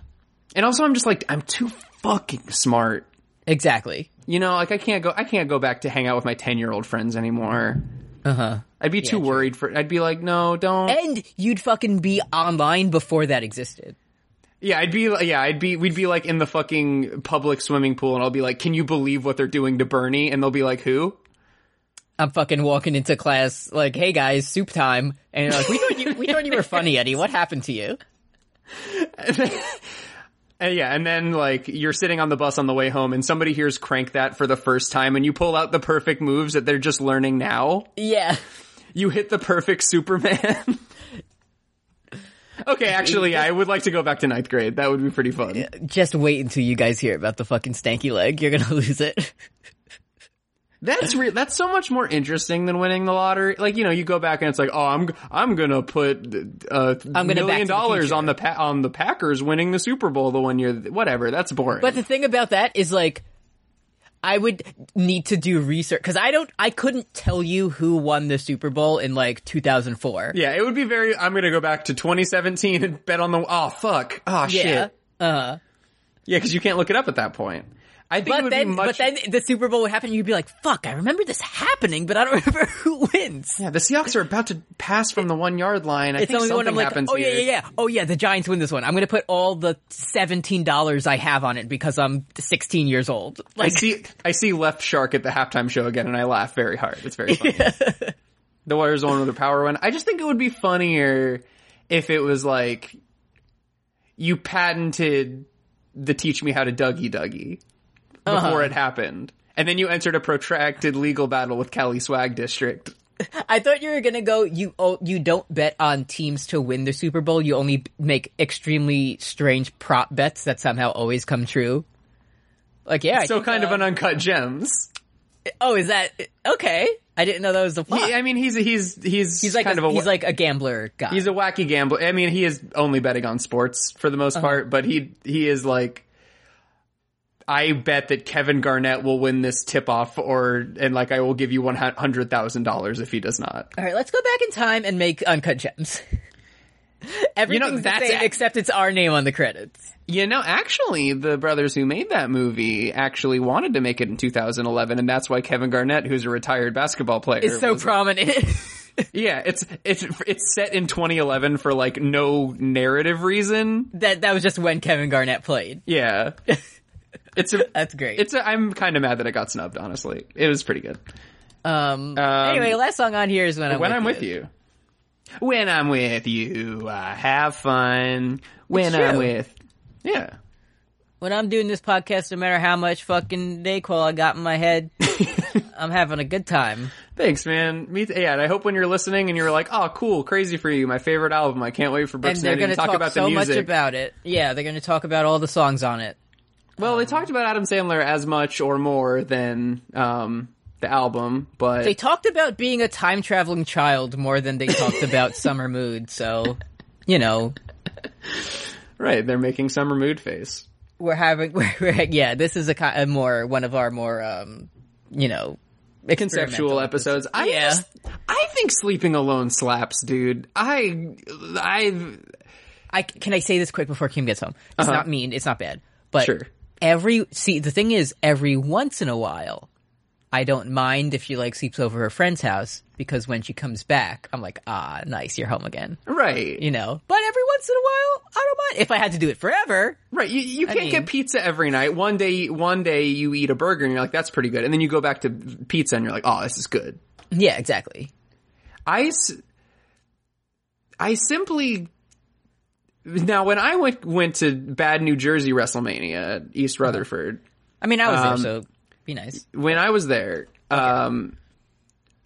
[SPEAKER 3] And also, I'm just like I'm too fucking smart.
[SPEAKER 2] exactly.
[SPEAKER 3] You know, like I can't go. I can't go back to hang out with my ten year old friends anymore.
[SPEAKER 2] Uh huh.
[SPEAKER 3] I'd be too
[SPEAKER 2] true.
[SPEAKER 3] worried for. I'd be like, no, don't.
[SPEAKER 2] And you'd fucking be online before that existed.
[SPEAKER 3] Yeah, I'd be yeah, I'd be we'd be like in the fucking public swimming pool and I'll be like, "Can you believe what they're doing to Bernie?" and they'll be like, "Who?"
[SPEAKER 2] I'm fucking walking into class like, "Hey guys, soup time," and you're like, "We thought you, we thought you were funny, Eddie. What happened to you?"
[SPEAKER 3] And yeah, and then like you're sitting on the bus on the way home and somebody hears crank that for the first time and you pull out the perfect moves that they're just learning now.
[SPEAKER 2] Yeah,
[SPEAKER 3] You hit the perfect Superman. okay, actually, yeah, I would like to go back to ninth grade. That would be pretty fun.
[SPEAKER 2] just wait until you guys hear about the fucking stanky leg. You're gonna lose it.
[SPEAKER 3] That's re- that's so much more interesting than winning the lottery. Like you know, you go back and it's like, oh, I'm I'm gonna put uh,
[SPEAKER 2] I'm gonna Back to the
[SPEAKER 3] million dollars
[SPEAKER 2] Future.
[SPEAKER 3] on the pa- on the Packers winning the Super Bowl the one year. Whatever, that's boring.
[SPEAKER 2] But the thing about that is like, I would need to do research because I don't, I couldn't tell you who won the Super Bowl in like 2004.
[SPEAKER 3] yeah, it would be very. I'm gonna go back to 2017 and bet on the. Oh fuck. Oh
[SPEAKER 2] Yeah.
[SPEAKER 3] shit. Yeah, because you can't look it up at that point. I think it
[SPEAKER 2] But
[SPEAKER 3] would
[SPEAKER 2] then,
[SPEAKER 3] be much.
[SPEAKER 2] but then the Super Bowl would happen. and You'd be like, "Fuck! I remember this happening, but I don't remember who wins."
[SPEAKER 3] yeah, the Seahawks are about to pass from the one yard line. I
[SPEAKER 2] It's the
[SPEAKER 3] think
[SPEAKER 2] only
[SPEAKER 3] something
[SPEAKER 2] one I'm like,
[SPEAKER 3] happens
[SPEAKER 2] oh yeah,
[SPEAKER 3] here.
[SPEAKER 2] yeah, yeah, oh yeah. The Giants win this one. I'm gonna put all the seventeen dollars I have on it because I'm 16 years old.
[SPEAKER 3] I
[SPEAKER 2] Like,
[SPEAKER 3] see I see Left Shark at the halftime show again and I laugh very hard. It's very funny. the Warriors one with the power one. I just think it would be funnier if it was like you patented the teach me how to Dougie Dougie before
[SPEAKER 2] Uh-huh.
[SPEAKER 3] it happened. And then you entered a protracted legal battle with Cali Swag District.
[SPEAKER 2] I thought you were gonna go. You oh, you don't bet on teams to win the Super Bowl. You only make extremely strange prop bets that somehow always come true. Like, yeah, I
[SPEAKER 3] So
[SPEAKER 2] think,
[SPEAKER 3] kind
[SPEAKER 2] uh,
[SPEAKER 3] of an uncut gems.
[SPEAKER 2] Oh, is that okay? I didn't know that was the plot.
[SPEAKER 3] He, I mean, he's he's he's
[SPEAKER 2] Uh-huh. he's like
[SPEAKER 3] kind
[SPEAKER 2] a,
[SPEAKER 3] of a
[SPEAKER 2] he's like a gambler guy.
[SPEAKER 3] He's a wacky gambler. I mean, he is only betting on sports for the most part, but he he is like I bet that Kevin Garnett will win this tip off or and like I will give you $100,000 if he does not.
[SPEAKER 2] All right, let's go back in time and make uncut gems. Everything's
[SPEAKER 3] that's
[SPEAKER 2] the same
[SPEAKER 3] a-
[SPEAKER 2] except it's our name on the credits.
[SPEAKER 3] You know, actually, the brothers who made that movie actually wanted to make it in 2011 and that's why Kevin Garnett, who's a retired basketball player,
[SPEAKER 2] It's so
[SPEAKER 3] was-
[SPEAKER 2] prominent.
[SPEAKER 3] Yeah, it's it's it's set in 2011 for like no narrative reason.
[SPEAKER 2] that that was just when Kevin Garnett played.
[SPEAKER 3] Yeah. It's a
[SPEAKER 2] That's great.
[SPEAKER 3] It's a, I'm kind of mad that it got snubbed. Honestly, it was pretty good.
[SPEAKER 2] um,
[SPEAKER 3] Um,
[SPEAKER 2] anyway, last song on here is when I'm
[SPEAKER 3] when
[SPEAKER 2] with
[SPEAKER 3] I'm with you. When I'm with you, I have fun. When
[SPEAKER 2] It's
[SPEAKER 3] I'm
[SPEAKER 2] true.
[SPEAKER 3] with, yeah,
[SPEAKER 2] When I'm doing this podcast, no matter how much fucking Dayquil I got in my head, I'm having a good time.
[SPEAKER 3] thanks, man. Me, t- yeah. And I hope when you're listening and you're like, oh, cool, crazy for you, my favorite album. I can't wait for
[SPEAKER 2] And
[SPEAKER 3] Brooks
[SPEAKER 2] they're
[SPEAKER 3] Netty
[SPEAKER 2] going
[SPEAKER 3] to
[SPEAKER 2] to
[SPEAKER 3] talk, about
[SPEAKER 2] so
[SPEAKER 3] the music.
[SPEAKER 2] much about it. Yeah, they're going to talk about all the songs on it.
[SPEAKER 3] well, they talked about Adam Sandler as much or more than um, the album, but
[SPEAKER 2] They talked about being a time traveling child more than they talked about summer mood. So, you know,
[SPEAKER 3] right, they're making summer mood face.
[SPEAKER 2] we're having we're, we're yeah. This is a, ki- a more one of our more um, you know, experimental
[SPEAKER 3] conceptual episodes. I
[SPEAKER 2] Yeah.
[SPEAKER 3] just- I think sleeping alone slaps, dude. I, I,
[SPEAKER 2] I can I say this quick before Kim gets home. It's not mean. It's not bad. But
[SPEAKER 3] Uh-huh. Sure.
[SPEAKER 2] every see the thing is every once in a while, I don't mind if she like sleeps over her friend's house because when she comes back, I'm like ah nice you're home again.
[SPEAKER 3] right,
[SPEAKER 2] You know. But every once in a while, I don't mind if I had to do it forever.
[SPEAKER 3] right. You, you can't
[SPEAKER 2] mean-
[SPEAKER 3] get pizza every night. One day, one day you eat a burger and you're like, that's pretty good. And then you go back to pizza and you're like, oh, this is good.
[SPEAKER 2] Yeah, exactly.
[SPEAKER 3] I, s- I simply, now when I went, went to bad New Jersey WrestleMania at East
[SPEAKER 2] Uh-huh.
[SPEAKER 3] Rutherford,
[SPEAKER 2] I mean, I was there,
[SPEAKER 3] Um,
[SPEAKER 2] so be nice.
[SPEAKER 3] when I was there, um,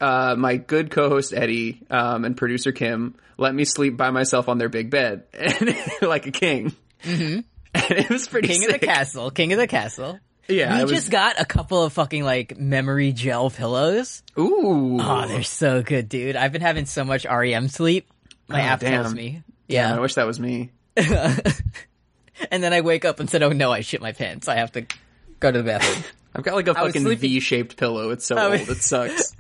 [SPEAKER 3] uh, my good co-host Eddie um, and producer Kim let me sleep by myself on their big bed, and like a king. it was pretty
[SPEAKER 2] Mm-hmm. King of the
[SPEAKER 3] sick.
[SPEAKER 2] Castle, King of the Castle.
[SPEAKER 3] Yeah,
[SPEAKER 2] we
[SPEAKER 3] it was-
[SPEAKER 2] just got a couple of fucking like memory gel pillows.
[SPEAKER 3] Ooh,
[SPEAKER 2] Oh, they're so good, dude. I've been having so much REM sleep. My
[SPEAKER 3] Oh,
[SPEAKER 2] app tells
[SPEAKER 3] damn.
[SPEAKER 2] me.
[SPEAKER 3] Damn, I
[SPEAKER 2] Yeah.
[SPEAKER 3] wish that was me.
[SPEAKER 2] And then I wake up and said, "Oh no, I shit my pants. I have to go to the bathroom."
[SPEAKER 3] I've got like a
[SPEAKER 2] was
[SPEAKER 3] fucking
[SPEAKER 2] sleeping-
[SPEAKER 3] V-shaped pillow. It's so
[SPEAKER 2] was-
[SPEAKER 3] old. It sucks.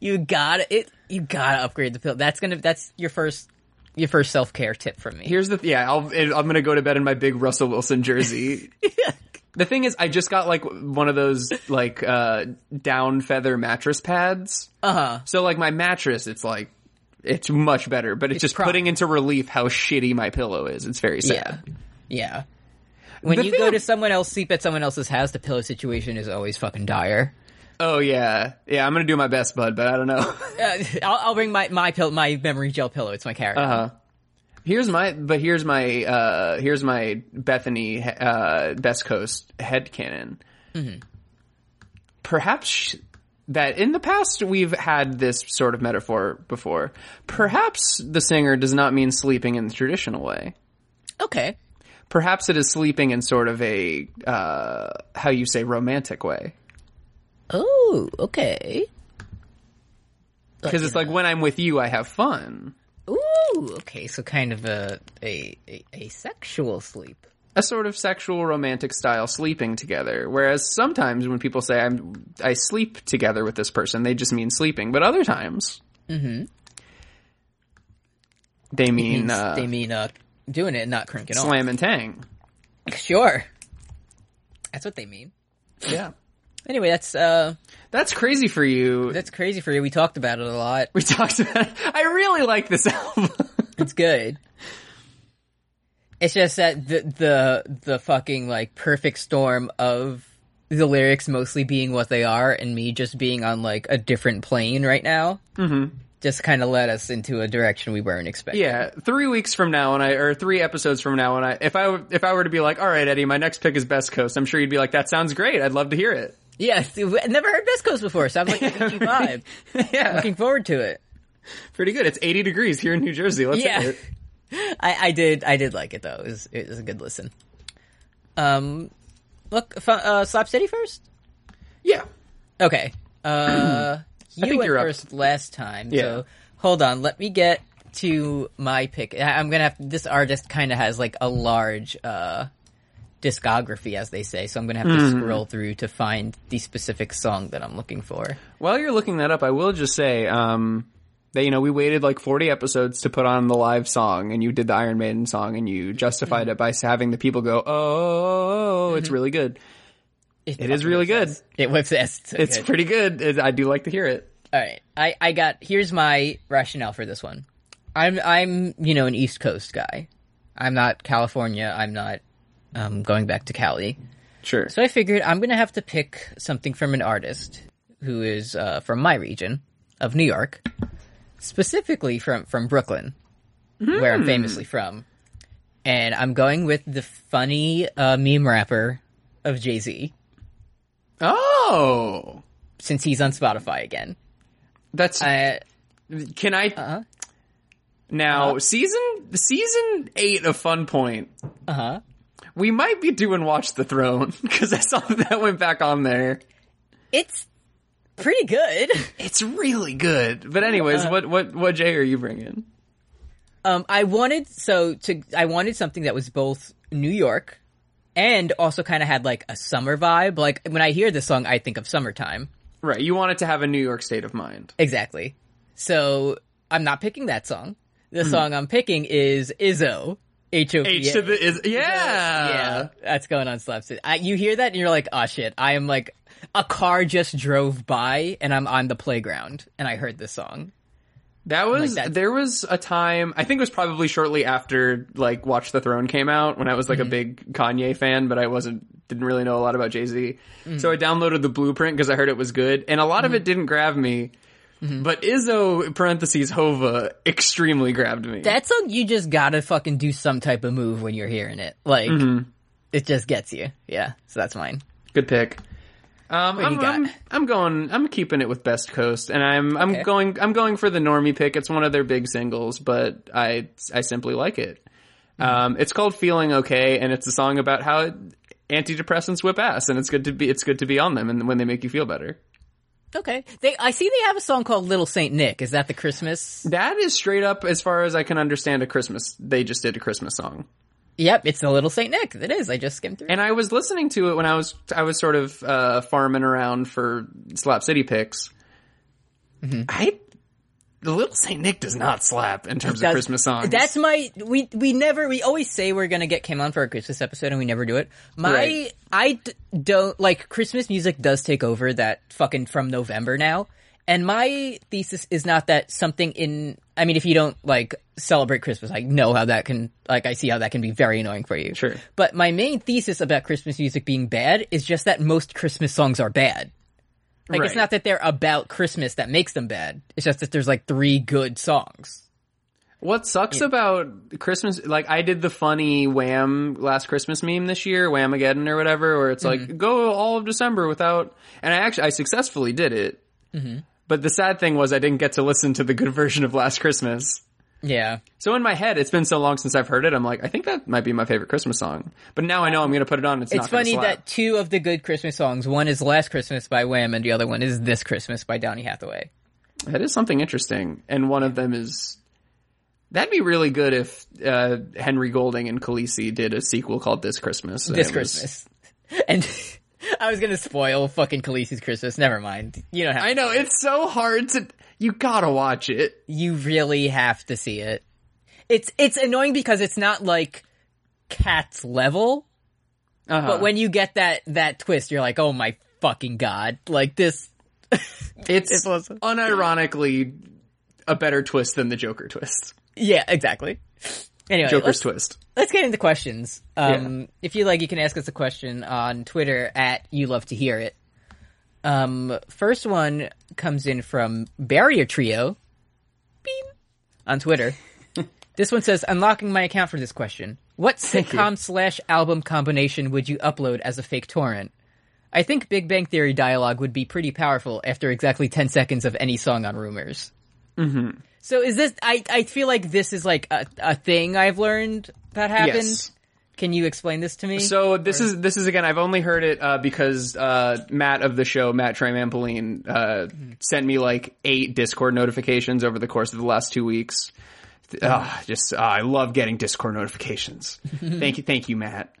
[SPEAKER 2] you got to it. You got to upgrade the pillow. That's gonna. That's your first. Your first self care tip from me.
[SPEAKER 3] Here's the th- yeah. I'll, it, I'm gonna go to bed in my big Russell Wilson jersey. The thing is, I just got like one of those like uh down feather mattress pads. Uh
[SPEAKER 2] Uh-huh.
[SPEAKER 3] huh. So like my mattress, it's like it's much better, but it's, just
[SPEAKER 2] prime.
[SPEAKER 3] putting into relief how shitty my pillow is. It's very
[SPEAKER 2] Yeah.
[SPEAKER 3] sad.
[SPEAKER 2] Yeah. When
[SPEAKER 3] The
[SPEAKER 2] you
[SPEAKER 3] thing
[SPEAKER 2] go
[SPEAKER 3] I-
[SPEAKER 2] to someone else sleep at someone else's house, the pillow situation is always fucking dire.
[SPEAKER 3] Oh yeah, yeah. I'm gonna do my best, bud, but I don't know.
[SPEAKER 2] Uh, I'll, I'll bring my my pill my memory gel pillow. It's my carrier.
[SPEAKER 3] Uh-huh. Here's my, but here's my, uh, here's my Bethany, uh, Best Coast head cannon. Perhaps sh- that in the past we've had this sort of metaphor before. Perhaps the singer does not mean sleeping in the traditional way.
[SPEAKER 2] Okay.
[SPEAKER 3] Perhaps it is sleeping in sort of a, uh, how you say romantic way.
[SPEAKER 2] Oh, okay.
[SPEAKER 3] Cause it's like when I'm with you, I have fun.
[SPEAKER 2] Ooh, okay. So kind of a a a, a sexual sleep.
[SPEAKER 3] a sort of sexual romantic style sleeping together. Whereas sometimes when people say I'm I sleep together with this person, they just mean sleeping. But other times, they mean
[SPEAKER 2] Mm-hmm. Means
[SPEAKER 3] uh,
[SPEAKER 2] they mean uh doing it and not cranking off.
[SPEAKER 3] slam and tang.
[SPEAKER 2] Sure. That's what they mean.
[SPEAKER 3] Yeah,
[SPEAKER 2] Anyway, that's uh
[SPEAKER 3] that's crazy for you.
[SPEAKER 2] that's crazy for you. We talked about it a lot.
[SPEAKER 3] we talked about. I really like this album.
[SPEAKER 2] It's good. It's just that the the the fucking like perfect storm of the lyrics mostly being what they are and me just being on like a different plane right now. Mm-hmm. Just kind of led us into a direction we weren't expecting.
[SPEAKER 3] yeah, three weeks from now, and I or three episodes from now, and I if I if I were to be like, all right, Eddie, my next pick is Best Coast. I'm sure you'd be like, that sounds great. I'd love to hear it.
[SPEAKER 2] Yeah, see, we- I've never heard Best Coast before, so I'm like thinking vibe.
[SPEAKER 3] yeah,
[SPEAKER 2] Looking forward to it.
[SPEAKER 3] pretty good. It's 80 degrees here in New Jersey. Let's
[SPEAKER 2] Yeah.
[SPEAKER 3] hear it.
[SPEAKER 2] I, I did I did like it though. It was it was a good listen. Um, look, fu- uh, Slap City first.
[SPEAKER 3] Yeah.
[SPEAKER 2] Okay. Uh, you
[SPEAKER 3] think
[SPEAKER 2] went
[SPEAKER 3] you're up.
[SPEAKER 2] first last time.
[SPEAKER 3] Yeah.
[SPEAKER 2] So hold on, let me get to my pick. I- I'm gonna have this artist kind of has like a large uh discography, as they say. So I'm gonna have
[SPEAKER 3] Mm-hmm.
[SPEAKER 2] to scroll through to find the specific song that I'm looking for.
[SPEAKER 3] While you're looking that up, I will just say um, that you know we waited like 40 episodes to put on the live song, and you did the Iron Maiden song, and you justified
[SPEAKER 2] Mm-hmm.
[SPEAKER 3] it by having the people go, "Oh, it's really good. It is really good.
[SPEAKER 2] It whips ass. It's, so
[SPEAKER 3] It's
[SPEAKER 2] good.
[SPEAKER 3] pretty good. It, I do like to hear it."
[SPEAKER 2] All right, I I got here's my rationale for this one. I'm I'm you know an East Coast guy. I'm not California. I'm not um, going back to Cali.
[SPEAKER 3] Sure.
[SPEAKER 2] So I figured I'm gonna have to pick something from an artist who is uh, from my region of New York, specifically from from Brooklyn, where I'm famously from. And I'm going with the funny uh, meme rapper of Jay Z
[SPEAKER 3] Oh,
[SPEAKER 2] since he's on Spotify again. Uh,
[SPEAKER 3] that's.
[SPEAKER 2] I, Uh-huh.
[SPEAKER 3] can I? Now season season eight of Fun Point. Uh huh.
[SPEAKER 2] Uh-huh.
[SPEAKER 3] We might be doing Watch the Throne because I saw that went back on there.
[SPEAKER 2] it's pretty good.
[SPEAKER 3] It's really good. But anyways, what what what Jay are you bringing?
[SPEAKER 2] Um, I wanted so to I wanted something that was both New York and also kind of had like a summer vibe. Like when I hear this song, I think of summertime.
[SPEAKER 3] Right, you want it to have a New York state of mind.
[SPEAKER 2] Exactly. So I'm not picking that song. The song I'm picking is Izzo. H O
[SPEAKER 3] Hmm. H
[SPEAKER 2] P
[SPEAKER 3] to
[SPEAKER 2] A.
[SPEAKER 3] the is yeah.
[SPEAKER 2] Yeah, that's going on Slap City. I, you hear that and you're like, oh shit, I am like, a car just drove by and I'm on the playground and I heard this song.
[SPEAKER 3] That was
[SPEAKER 2] that.
[SPEAKER 3] there was a time I think it was probably shortly after like Watch the Throne came out when I was like a big Kanye fan, but I wasn't didn't really know a lot about Jay Z. So I downloaded the blueprint because I heard it was good, and a lot of it didn't grab me. But Izzo parentheses Hova extremely grabbed me.
[SPEAKER 2] That song, you just gotta fucking do some type of move when you're hearing it. Like, it just gets you. Yeah, so that's mine.
[SPEAKER 3] Good pick. Um,
[SPEAKER 2] do
[SPEAKER 3] I'm,
[SPEAKER 2] you got?
[SPEAKER 3] I'm, I'm going. I'm keeping it with Best Coast, and I'm
[SPEAKER 2] Okay.
[SPEAKER 3] I'm going. I'm going for the Normie pick. It's one of their big singles, but I I simply like it. Um, it's called Feeling Okay, and it's a song about how antidepressants whip ass, and it's good to be it's good to be on them, and when they make you feel better.
[SPEAKER 2] Okay. They I see they have a song called Little Saint Nick. Is that the Christmas?
[SPEAKER 3] That is straight up, as far as I can understand, a Christmas. They just did a Christmas song.
[SPEAKER 2] Yep, it's the Little Saint Nick. It is. I just skimmed through.
[SPEAKER 3] And I was listening to it when I was I was sort of uh, farming around for Slap City picks. I the Little Saint Nick does not slap in terms of
[SPEAKER 2] That's-
[SPEAKER 3] Christmas songs.
[SPEAKER 2] That's my we we never we always say we're gonna get Kim on for a Christmas episode and we never do it. My
[SPEAKER 3] Right.
[SPEAKER 2] I d- don't like Christmas music does take over that fucking from November now. And my thesis is not that something in I mean if you don't like celebrate Christmas, I know how that can like I see how that can be very annoying for you.
[SPEAKER 3] Sure.
[SPEAKER 2] But my main thesis about Christmas music being bad is just that most Christmas songs are bad. Like it's
[SPEAKER 3] Right.
[SPEAKER 2] not that they're about Christmas that makes them bad. It's just that there's like three good songs.
[SPEAKER 3] What sucks about Christmas, like I did the funny Wham last Christmas meme this year, Whamageddon or whatever, where it's like go all of December without, and I actually I successfully did it. But the sad thing was I didn't get to listen to the good version of Last Christmas.
[SPEAKER 2] Yeah.
[SPEAKER 3] So in my head, it's been so long since I've heard it. I'm like, I think that might be my favorite Christmas song. But now I know I'm going to put it on. It's,
[SPEAKER 2] It's
[SPEAKER 3] not gonna
[SPEAKER 2] funny
[SPEAKER 3] slap.
[SPEAKER 2] that two of the good Christmas songs, one is Last Christmas by Wham and the other one is This Christmas by Donny Hathaway.
[SPEAKER 3] That is something interesting, and one of them is that'd be really good if uh, Henry Golding and Khaleesi did a sequel called This Christmas. and
[SPEAKER 2] This
[SPEAKER 3] it was-
[SPEAKER 2] Christmas. And I was going to spoil fucking Khaleesi's Christmas. Never mind. You don't have
[SPEAKER 3] I know it's so hard to. You gotta watch it.
[SPEAKER 2] you really have to see it. It's it's annoying because it's not like Cat's level,
[SPEAKER 3] Uh-huh.
[SPEAKER 2] but when you get that that twist, you're like, "Oh my fucking god." Like this
[SPEAKER 3] it's
[SPEAKER 2] it was-
[SPEAKER 3] unironically a better twist than the Joker twist,
[SPEAKER 2] Yeah, exactly. Anyway,
[SPEAKER 3] Joker's
[SPEAKER 2] let's-
[SPEAKER 3] twist.
[SPEAKER 2] let's get into questions. Um, If you like, you can ask us a question on Twitter at You Love to Hear It. Um, first one comes in from Barrier Trio Beep. on Twitter. this one says, "Unlocking my account for this question. What sitcom slash album combination would you upload as a fake torrent?" I think Big Bang Theory dialogue would be pretty powerful after exactly 10 seconds of any song on Rumors.
[SPEAKER 3] Mm-hmm.
[SPEAKER 2] So is this? I I feel like this is like a, a thing I've learned that happened.
[SPEAKER 3] Yes.
[SPEAKER 2] Can you explain this to me?
[SPEAKER 3] So this is this is again. I've only heard it uh, because uh, Matt of the show, Matt Tramampoline, uh, sent me like eight Discord notifications over the course of the last two weeks. Ugh, just uh, I love getting Discord notifications. thank you, thank you, Matt.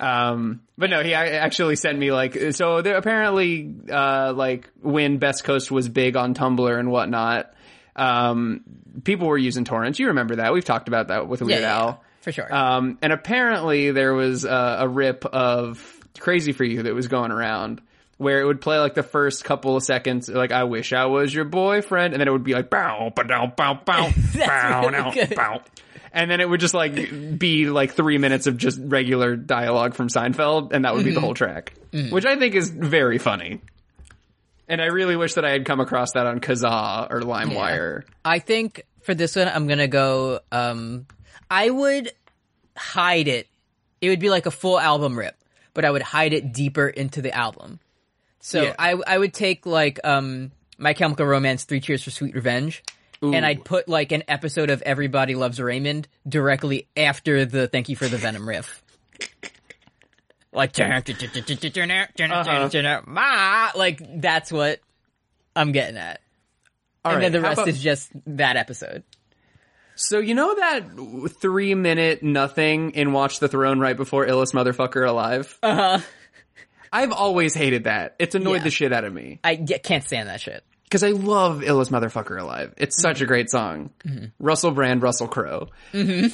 [SPEAKER 3] Um, but no, he a- actually sent me like so. There apparently, uh, like when Best Coast was big on Tumblr and whatnot, um, people were using torrents. You remember that? We've talked about that with
[SPEAKER 2] yeah,
[SPEAKER 3] Weird
[SPEAKER 2] yeah,
[SPEAKER 3] Al.
[SPEAKER 2] for sure.
[SPEAKER 3] Um, and apparently there was a, a rip of Crazy for You that was going around where it would play like the first couple of seconds, like I wish I was your boyfriend, and then it would be like bow, ba dow, bow, bow, bow,
[SPEAKER 2] really
[SPEAKER 3] now,
[SPEAKER 2] good.
[SPEAKER 3] bow. And then it would just like be like three minutes of just regular dialogue from Seinfeld, and that would be
[SPEAKER 2] Mm-hmm.
[SPEAKER 3] the whole track, which I think is very funny. And I really wish that I had come across that on Kazaa or LimeWire.
[SPEAKER 2] I think for this one, I'm gonna go. Um, I would hide it. It would be like a full album rip, but I would hide it deeper into the album. So
[SPEAKER 3] Yeah.
[SPEAKER 2] I I would take like um My Chemical Romance, Three Cheers for Sweet Revenge, and I'd put like an episode of Everybody Loves Raymond directly after the Thank You for the Venom riff. Like Ma, like that's what I'm getting at
[SPEAKER 3] All
[SPEAKER 2] and then
[SPEAKER 3] right,
[SPEAKER 2] the
[SPEAKER 3] how
[SPEAKER 2] rest
[SPEAKER 3] about-
[SPEAKER 2] is just that episode.
[SPEAKER 3] So you know that three minute nothing in Watch the Throne right before Illest Motherfucker Alive? Uh huh. I've always hated that. It's annoyed
[SPEAKER 2] Yeah.
[SPEAKER 3] the shit out of me.
[SPEAKER 2] I ge- can't stand that shit.
[SPEAKER 3] Because I love Illest Motherfucker Alive. It's such a great song. Russell Brand, Russell Crowe. Mm-hmm.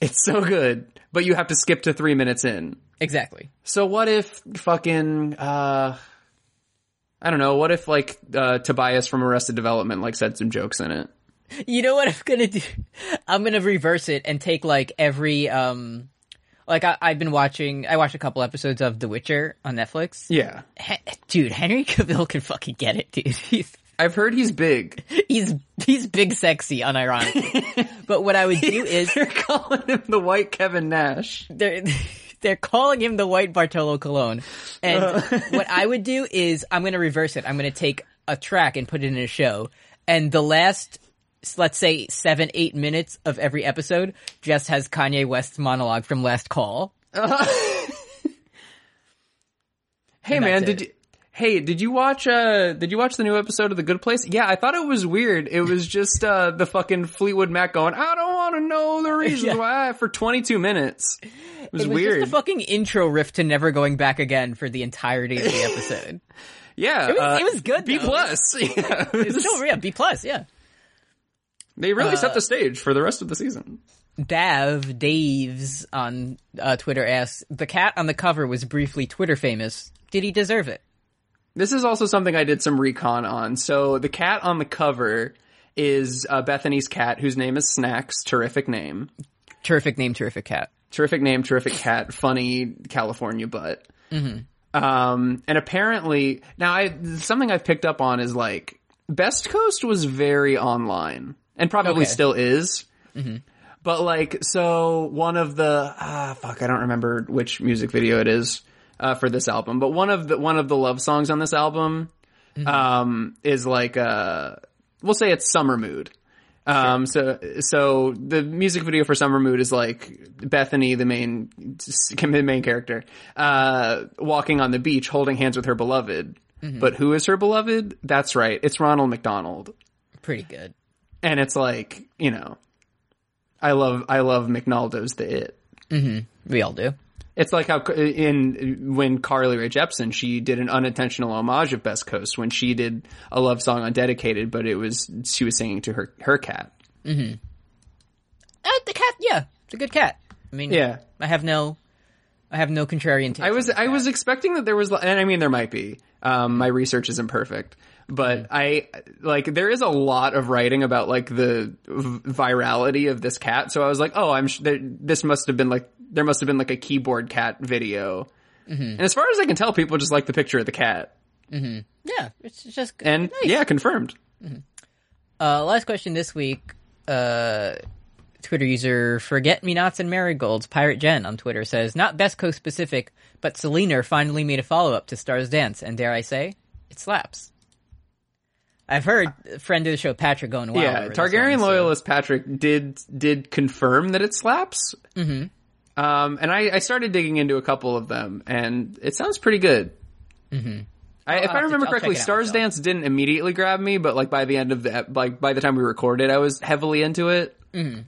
[SPEAKER 3] It's so good, but you have to skip to three minutes in.
[SPEAKER 2] Exactly.
[SPEAKER 3] So what if fucking, uh, I don't know, what if like, uh, Tobias from Arrested Development like said some jokes in it?
[SPEAKER 2] You know what I'm gonna do? I'm gonna reverse it and take like every um, like I, I've been watching. I watched a couple episodes of The Witcher on Netflix.
[SPEAKER 3] Yeah.
[SPEAKER 2] He- dude, Henry Cavill can fucking get it, dude. He's
[SPEAKER 3] I've heard he's big.
[SPEAKER 2] he's he's big sexy, unironically. but what I would do is
[SPEAKER 3] They're calling him the white Kevin Nash.
[SPEAKER 2] they're they're calling him the white Bartolo Colon. And what I would do is I'm going to reverse it. I'm going to take a track and put it in a show, and the last s- let's say seven, eight minutes of every episode just has Kanye West's monologue from Last Call.
[SPEAKER 3] Hey
[SPEAKER 2] And
[SPEAKER 3] man,
[SPEAKER 2] that's
[SPEAKER 3] did
[SPEAKER 2] it.
[SPEAKER 3] you? Hey, did you watch? Uh, did you watch the new episode of The Good Place? Yeah, I thought it was weird. It was just uh, the fucking Fleetwood Mac going. I don't want to know the reasons
[SPEAKER 2] Yeah.
[SPEAKER 3] why for 22 minutes. It was,
[SPEAKER 2] It was
[SPEAKER 3] weird.
[SPEAKER 2] just a fucking intro riff to Never Going Back Again for the entirety of the episode.
[SPEAKER 3] yeah,
[SPEAKER 2] It was,
[SPEAKER 3] uh,
[SPEAKER 2] it was good.
[SPEAKER 3] B
[SPEAKER 2] though.
[SPEAKER 3] plus. Yeah, it
[SPEAKER 2] It's
[SPEAKER 3] was-
[SPEAKER 2] still yeah, B plus. Yeah.
[SPEAKER 3] they really
[SPEAKER 2] Uh,
[SPEAKER 3] set the stage for the rest of the season.
[SPEAKER 2] Dav Daves on uh, Twitter asks: The cat on the cover was briefly Twitter famous. Did he deserve it?
[SPEAKER 3] This is also something I did some recon on. So the cat on the cover is uh, Bethany's cat, whose name is Snacks. Terrific name.
[SPEAKER 2] Terrific name, terrific cat.
[SPEAKER 3] terrific name, terrific cat, funny California butt. Um, and apparently now I, something I've picked up on is like Best Coast was very online and probably
[SPEAKER 2] Okay.
[SPEAKER 3] still is. But like, so one of the, ah, fuck, I don't remember which music video it is, uh, for this album, but one of the, one of the love songs on this album, um, is like, uh, we'll say it's Summer Mood. Um, so, so the music video for Summer Mood is like Bethany, the main, the main character, uh, walking on the beach holding hands with her beloved. But who is her beloved? That's right. It's Ronald McDonald.
[SPEAKER 2] Pretty good.
[SPEAKER 3] And it's like, you know, I love, I love McNaldo's the it.
[SPEAKER 2] We all do.
[SPEAKER 3] It's like how in when Carly Rae Jepsen she did an unintentional homage of Best Coast when she did a love song on Dedicated, but it was she was singing to her her cat.
[SPEAKER 2] Uh, the cat, yeah, it's a good cat. I mean,
[SPEAKER 3] Yeah.
[SPEAKER 2] I have no, I have no contrarian. Takes
[SPEAKER 3] I was I was expecting that there was, and I mean there might be. Um, my research isn't perfect, but I like there is a lot of writing about like the v- virality of this cat. So I was like, oh, I'm sh- there, this must have been like there must have been like a keyboard cat video. And as far as I can tell, people just like the picture of the cat,
[SPEAKER 2] yeah, it's just good.
[SPEAKER 3] and yeah, confirmed.
[SPEAKER 2] Uh, last question this week. Uh, Twitter user Forget Me Nots and Marigolds Pirate Jen on Twitter says not Best Coast specific, but Selena finally made a follow up to Stars Dance, and dare I say, it slaps. I've heard a friend of the show Patrick going wild.
[SPEAKER 3] Yeah,
[SPEAKER 2] over this
[SPEAKER 3] Targaryen
[SPEAKER 2] one, so-
[SPEAKER 3] loyalist Patrick did did confirm that it slaps. Mm-hmm. Um, and I, I started digging into a couple of them, and it sounds pretty good. Mm-hmm. I,
[SPEAKER 2] I'll
[SPEAKER 3] if
[SPEAKER 2] have
[SPEAKER 3] I
[SPEAKER 2] to-
[SPEAKER 3] remember
[SPEAKER 2] I'll check
[SPEAKER 3] correctly,
[SPEAKER 2] it out
[SPEAKER 3] Stars
[SPEAKER 2] myself.
[SPEAKER 3] Dance didn't immediately grab me, but like by the end of the ep- like by the time we recorded, I was heavily into it. Mm-hmm.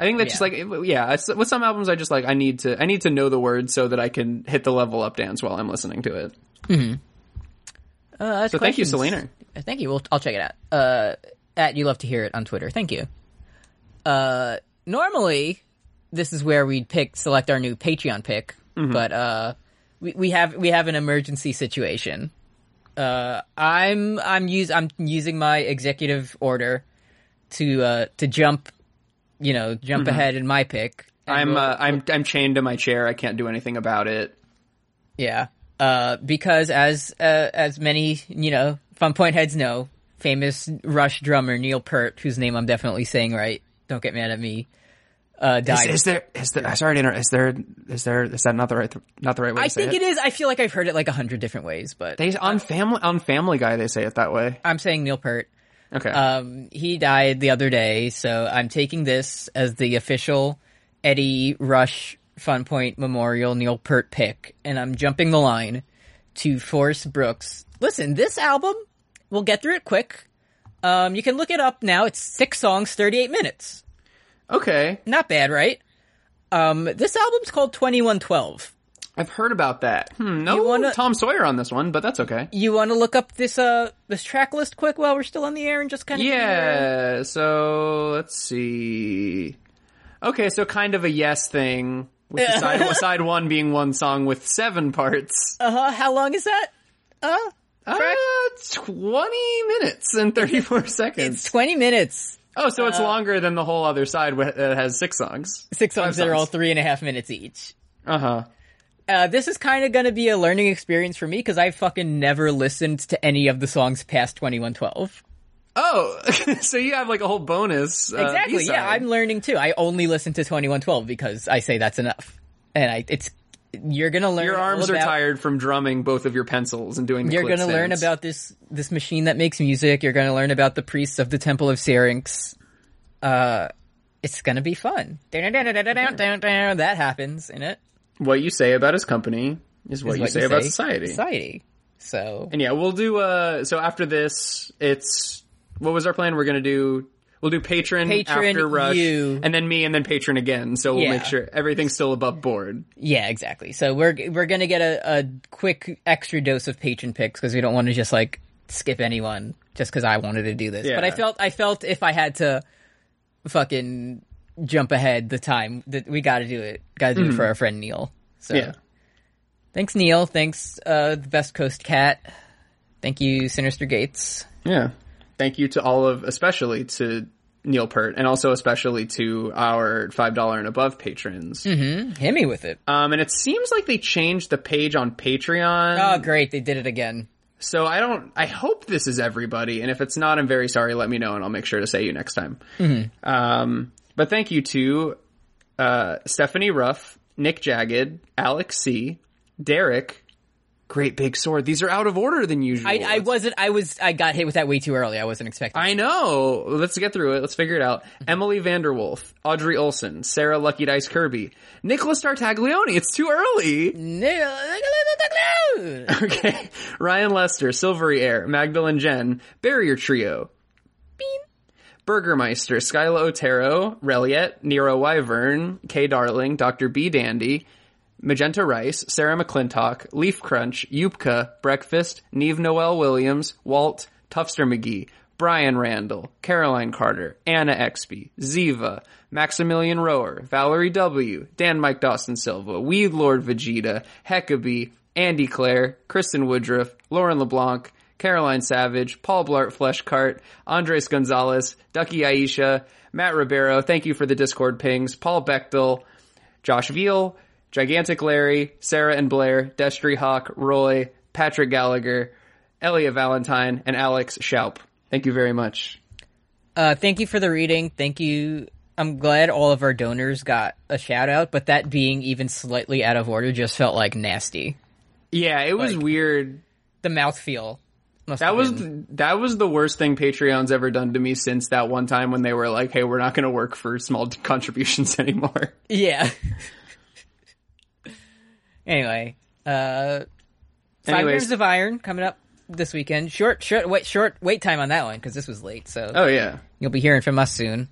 [SPEAKER 3] I think that's just
[SPEAKER 2] Yeah.
[SPEAKER 3] like it- yeah. it's- With some albums, I just like I need to I need to know the words so that I can hit the level up dance while I'm listening to it.
[SPEAKER 2] Uh, that's
[SPEAKER 3] So thank you,
[SPEAKER 2] questions.
[SPEAKER 3] Selena.
[SPEAKER 2] Uh, Thank you. We'll, I'll check it out. Uh, at you love to hear it on Twitter. Thank you. Uh, normally, this is where we'd pick select our new Patreon pick, but uh, we, we have we have an emergency situation. Uh, I'm I'm use I'm using my executive order to uh, to jump, you know, jump ahead in my pick. and
[SPEAKER 3] I'm
[SPEAKER 2] we'll-
[SPEAKER 3] uh, I'm I'm chained to my chair. I can't do anything about it.
[SPEAKER 2] Yeah. Uh, because as uh, as many you know, fun point heads know, famous Rush drummer Neil Peart, whose name I'm definitely saying right. Don't get mad at me. Uh,
[SPEAKER 3] Is,
[SPEAKER 2] died.
[SPEAKER 3] is there? Is there? uh, Sorry to interrupt. Is there? Is there? Is that not the right? Not the right way.
[SPEAKER 2] I
[SPEAKER 3] to say
[SPEAKER 2] think
[SPEAKER 3] it?
[SPEAKER 2] it is. I feel like I've heard it like a hundred different ways, but
[SPEAKER 3] They on family on Family Guy. They say it that way.
[SPEAKER 2] I'm saying Neil Peart.
[SPEAKER 3] Okay.
[SPEAKER 2] Um, he died the other day, so I'm taking this as the official Eddie Rush Fun Point Memorial Neil Peart pick, and I'm jumping the line to Force Brooks. Listen, this album, we'll get through it quick. Um, you can look it up now. It's six songs, 38 minutes.
[SPEAKER 3] okay.
[SPEAKER 2] Not bad, right? Um, this album's called 2112.
[SPEAKER 3] I've heard about that. Hmm, no
[SPEAKER 2] You wanna-
[SPEAKER 3] Tom Sawyer on this one, but that's okay.
[SPEAKER 2] You want to look up this uh this track list quick while we're still on the air and just kind of
[SPEAKER 3] Yeah. So let's see. Okay, so kind of a yes thing. With the side, side one being one song with seven parts,
[SPEAKER 2] Uh huh. How long is that? Uh,
[SPEAKER 3] uh, twenty minutes and thirty-four
[SPEAKER 2] it's uh,
[SPEAKER 3] seconds.
[SPEAKER 2] 20 minutes.
[SPEAKER 3] Oh, so it's longer than the whole other side wh- that has six songs.
[SPEAKER 2] six songs that are
[SPEAKER 3] songs.
[SPEAKER 2] all three and a half minutes each.
[SPEAKER 3] Uh huh.
[SPEAKER 2] Uh, this is kind of going to be a learning experience for me because I fucking never listened to any of the songs past twenty one twelve.
[SPEAKER 3] Oh, so you have like a whole bonus. Uh,
[SPEAKER 2] Exactly.
[SPEAKER 3] B-side.
[SPEAKER 2] yeah, I'm learning too. I only listen to twenty one twelve because I say that's enough, and I it's you're gonna learn.
[SPEAKER 3] Your arms
[SPEAKER 2] all
[SPEAKER 3] are
[SPEAKER 2] about-
[SPEAKER 3] tired from drumming both of your pencils and doing. The
[SPEAKER 2] You're
[SPEAKER 3] going
[SPEAKER 2] gonna
[SPEAKER 3] to
[SPEAKER 2] learn about this this machine that makes music. You're gonna learn about the priests of the Temple of Syrinx. Uh, it's gonna be fun. That happens in it.
[SPEAKER 3] what you say about his company is what
[SPEAKER 2] is
[SPEAKER 3] you say about society.
[SPEAKER 2] Society. So
[SPEAKER 3] And yeah, we'll do. Uh, so after this, it's what was our plan? We're gonna do. We'll do patron,
[SPEAKER 2] Patron,
[SPEAKER 3] after rush,
[SPEAKER 2] you.
[SPEAKER 3] and then me, and then patron again. So we'll
[SPEAKER 2] Yeah.
[SPEAKER 3] make sure everything's still above board.
[SPEAKER 2] yeah, exactly. So we're we're gonna get a, a quick extra dose of patron picks because we don't want to just like skip anyone just because I wanted to do this. But I
[SPEAKER 3] Yeah.
[SPEAKER 2] felt I felt if I had to fucking jump ahead the time that we got to do it, got to do it for our friend Neil. So
[SPEAKER 3] Mm. Yeah.
[SPEAKER 2] thanks Neil. Thanks uh, the Best Coast Cat. Thank you, Sinister Gates.
[SPEAKER 3] Yeah. Thank you to all of, especially to Neil Pert, and also especially to our five dollar and above patrons.
[SPEAKER 2] Hit me with it.
[SPEAKER 3] Um, and it seems like they changed the page on Patreon.
[SPEAKER 2] Oh, great! They did it again.
[SPEAKER 3] So I don't. I hope this is everybody, and if it's not, I'm very sorry. Let me know, and I'll make sure to say you next time.
[SPEAKER 2] Mm-hmm.
[SPEAKER 3] Um, but thank you to uh, Stephanie Ruff, Nick Jagged, Alex C, Derek, Great Big Sword. These are out of order than usual.
[SPEAKER 2] I, I wasn't. I was. I got hit with that way too early. I wasn't expecting.
[SPEAKER 3] I know. Let's get through it. Let's figure it out.
[SPEAKER 2] Mm-hmm.
[SPEAKER 3] Emily Vanderwolf, Audrey Olson, Sarah Lucky Dice Kirby, Nicholas Tartaglione. It's too early.
[SPEAKER 2] it.
[SPEAKER 3] Okay. Ryan Lester, Silvery Air, Magdalene Jen, Barrier Trio, Burgermeister, Skyla Otero, Reliet, Nero Wyvern, K Darling, Dr. B Dandy, Magenta Rice, Sarah McClintock, Leaf Crunch, Yupka, Breakfast, Neve Noel Williams, Walt, Tufster McGee, Brian Randall, Caroline Carter, Anna Exby, Ziva, Maximilian Rower, Valerie W., Dan Mike Dawson Silva, Weed Lord Vegeta, Heckabee, Andy Clare, Kristen Woodruff, Lauren LeBlanc, Caroline Savage, Paul Blart Fleshcart, Andres Gonzalez, Ducky Aisha, Matt Ribeiro, thank you for the Discord pings, Paul Bechtel, Josh Veal, Gigantic Larry, Sarah and Blair, Destry Hawk, Roy, Patrick Gallagher, Elia Valentine, and Alex Schaup. Thank you very much.
[SPEAKER 2] Uh, thank you for the reading. Thank you. I'm glad all of our donors got a shout out, but that being even slightly out of order just felt like nasty.
[SPEAKER 3] Yeah, it was weird.
[SPEAKER 2] The mouthfeel. Must
[SPEAKER 3] That
[SPEAKER 2] have
[SPEAKER 3] was
[SPEAKER 2] been-
[SPEAKER 3] that was the worst thing Patreon's ever done to me since that one time when they were like, "Hey, we're not going to work for small contributions anymore."
[SPEAKER 2] yeah. anyway, uh, five
[SPEAKER 3] Anyways.
[SPEAKER 2] grams of iron coming up this weekend. Short, short, wait, short wait time on that one because this was late. So
[SPEAKER 3] Oh yeah.
[SPEAKER 2] you'll be hearing from us soon.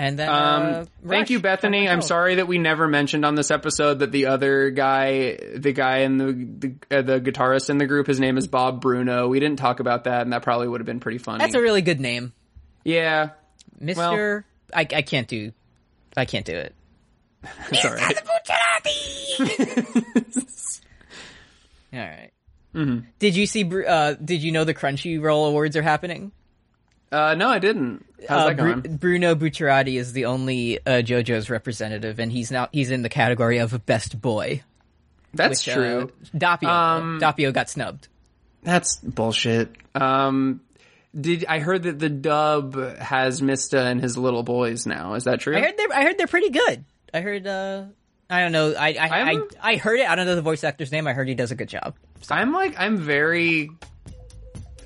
[SPEAKER 2] And then,
[SPEAKER 3] Um,
[SPEAKER 2] uh,
[SPEAKER 3] thank
[SPEAKER 2] Rush.
[SPEAKER 3] you, Bethany.
[SPEAKER 2] Oh my
[SPEAKER 3] I'm
[SPEAKER 2] God.
[SPEAKER 3] sorry that we never mentioned on this episode that the other guy, the guy in the the, uh, the guitarist in the group, his name is Bob Bruno. We didn't talk about that, and that probably would have been pretty funny.
[SPEAKER 2] That's a really good name.
[SPEAKER 3] yeah.
[SPEAKER 2] Mister, I, I can't do, I can't do it.
[SPEAKER 3] It's all right.
[SPEAKER 2] All Mm-hmm. Did you see? Bru- Uh, did you know the Crunchyroll Awards are happening?
[SPEAKER 3] Uh, no, I didn't. How's
[SPEAKER 2] Uh,
[SPEAKER 3] that
[SPEAKER 2] Bru-
[SPEAKER 3] going?
[SPEAKER 2] Bruno Bucciarati is the only uh, JoJo's representative, and he's now he's in the category of best boy.
[SPEAKER 3] That's
[SPEAKER 2] which, uh,
[SPEAKER 3] true.
[SPEAKER 2] Doppio
[SPEAKER 3] Um,
[SPEAKER 2] Doppio got snubbed.
[SPEAKER 3] That's bullshit. Um, did I heard that the dub has Mista and his little boys now? Is that true?
[SPEAKER 2] I heard they're I heard they're pretty good. I heard. Uh, I don't know. I I, I
[SPEAKER 3] I'm-
[SPEAKER 2] I heard it. I don't know the voice actor's name. I heard he does a good job.
[SPEAKER 3] I'm like I'm very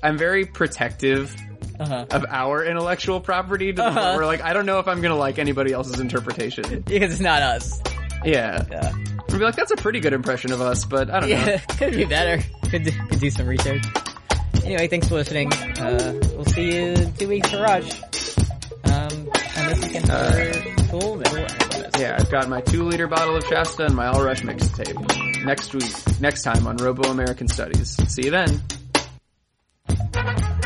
[SPEAKER 3] I'm very protective of our intellectual property to the point
[SPEAKER 2] Uh-huh.
[SPEAKER 3] where like I don't know if I'm gonna like anybody else's interpretation.
[SPEAKER 2] Because it's not us. Uh,
[SPEAKER 3] Yeah.
[SPEAKER 2] Yeah.
[SPEAKER 3] I'd be like, that's a pretty good impression of us, but I don't know.
[SPEAKER 2] Yeah, could be better. Could do, could do some research. Anyway, thanks for listening. Uh, we'll see you in two weeks for Rush. Um, and this weekend
[SPEAKER 3] Uh,
[SPEAKER 2] for Cool Metal Alchemist.
[SPEAKER 3] Yeah, I've got my two liter bottle of Shasta and my all rush mixtape. Next week next time on Robo American Studies. See you then.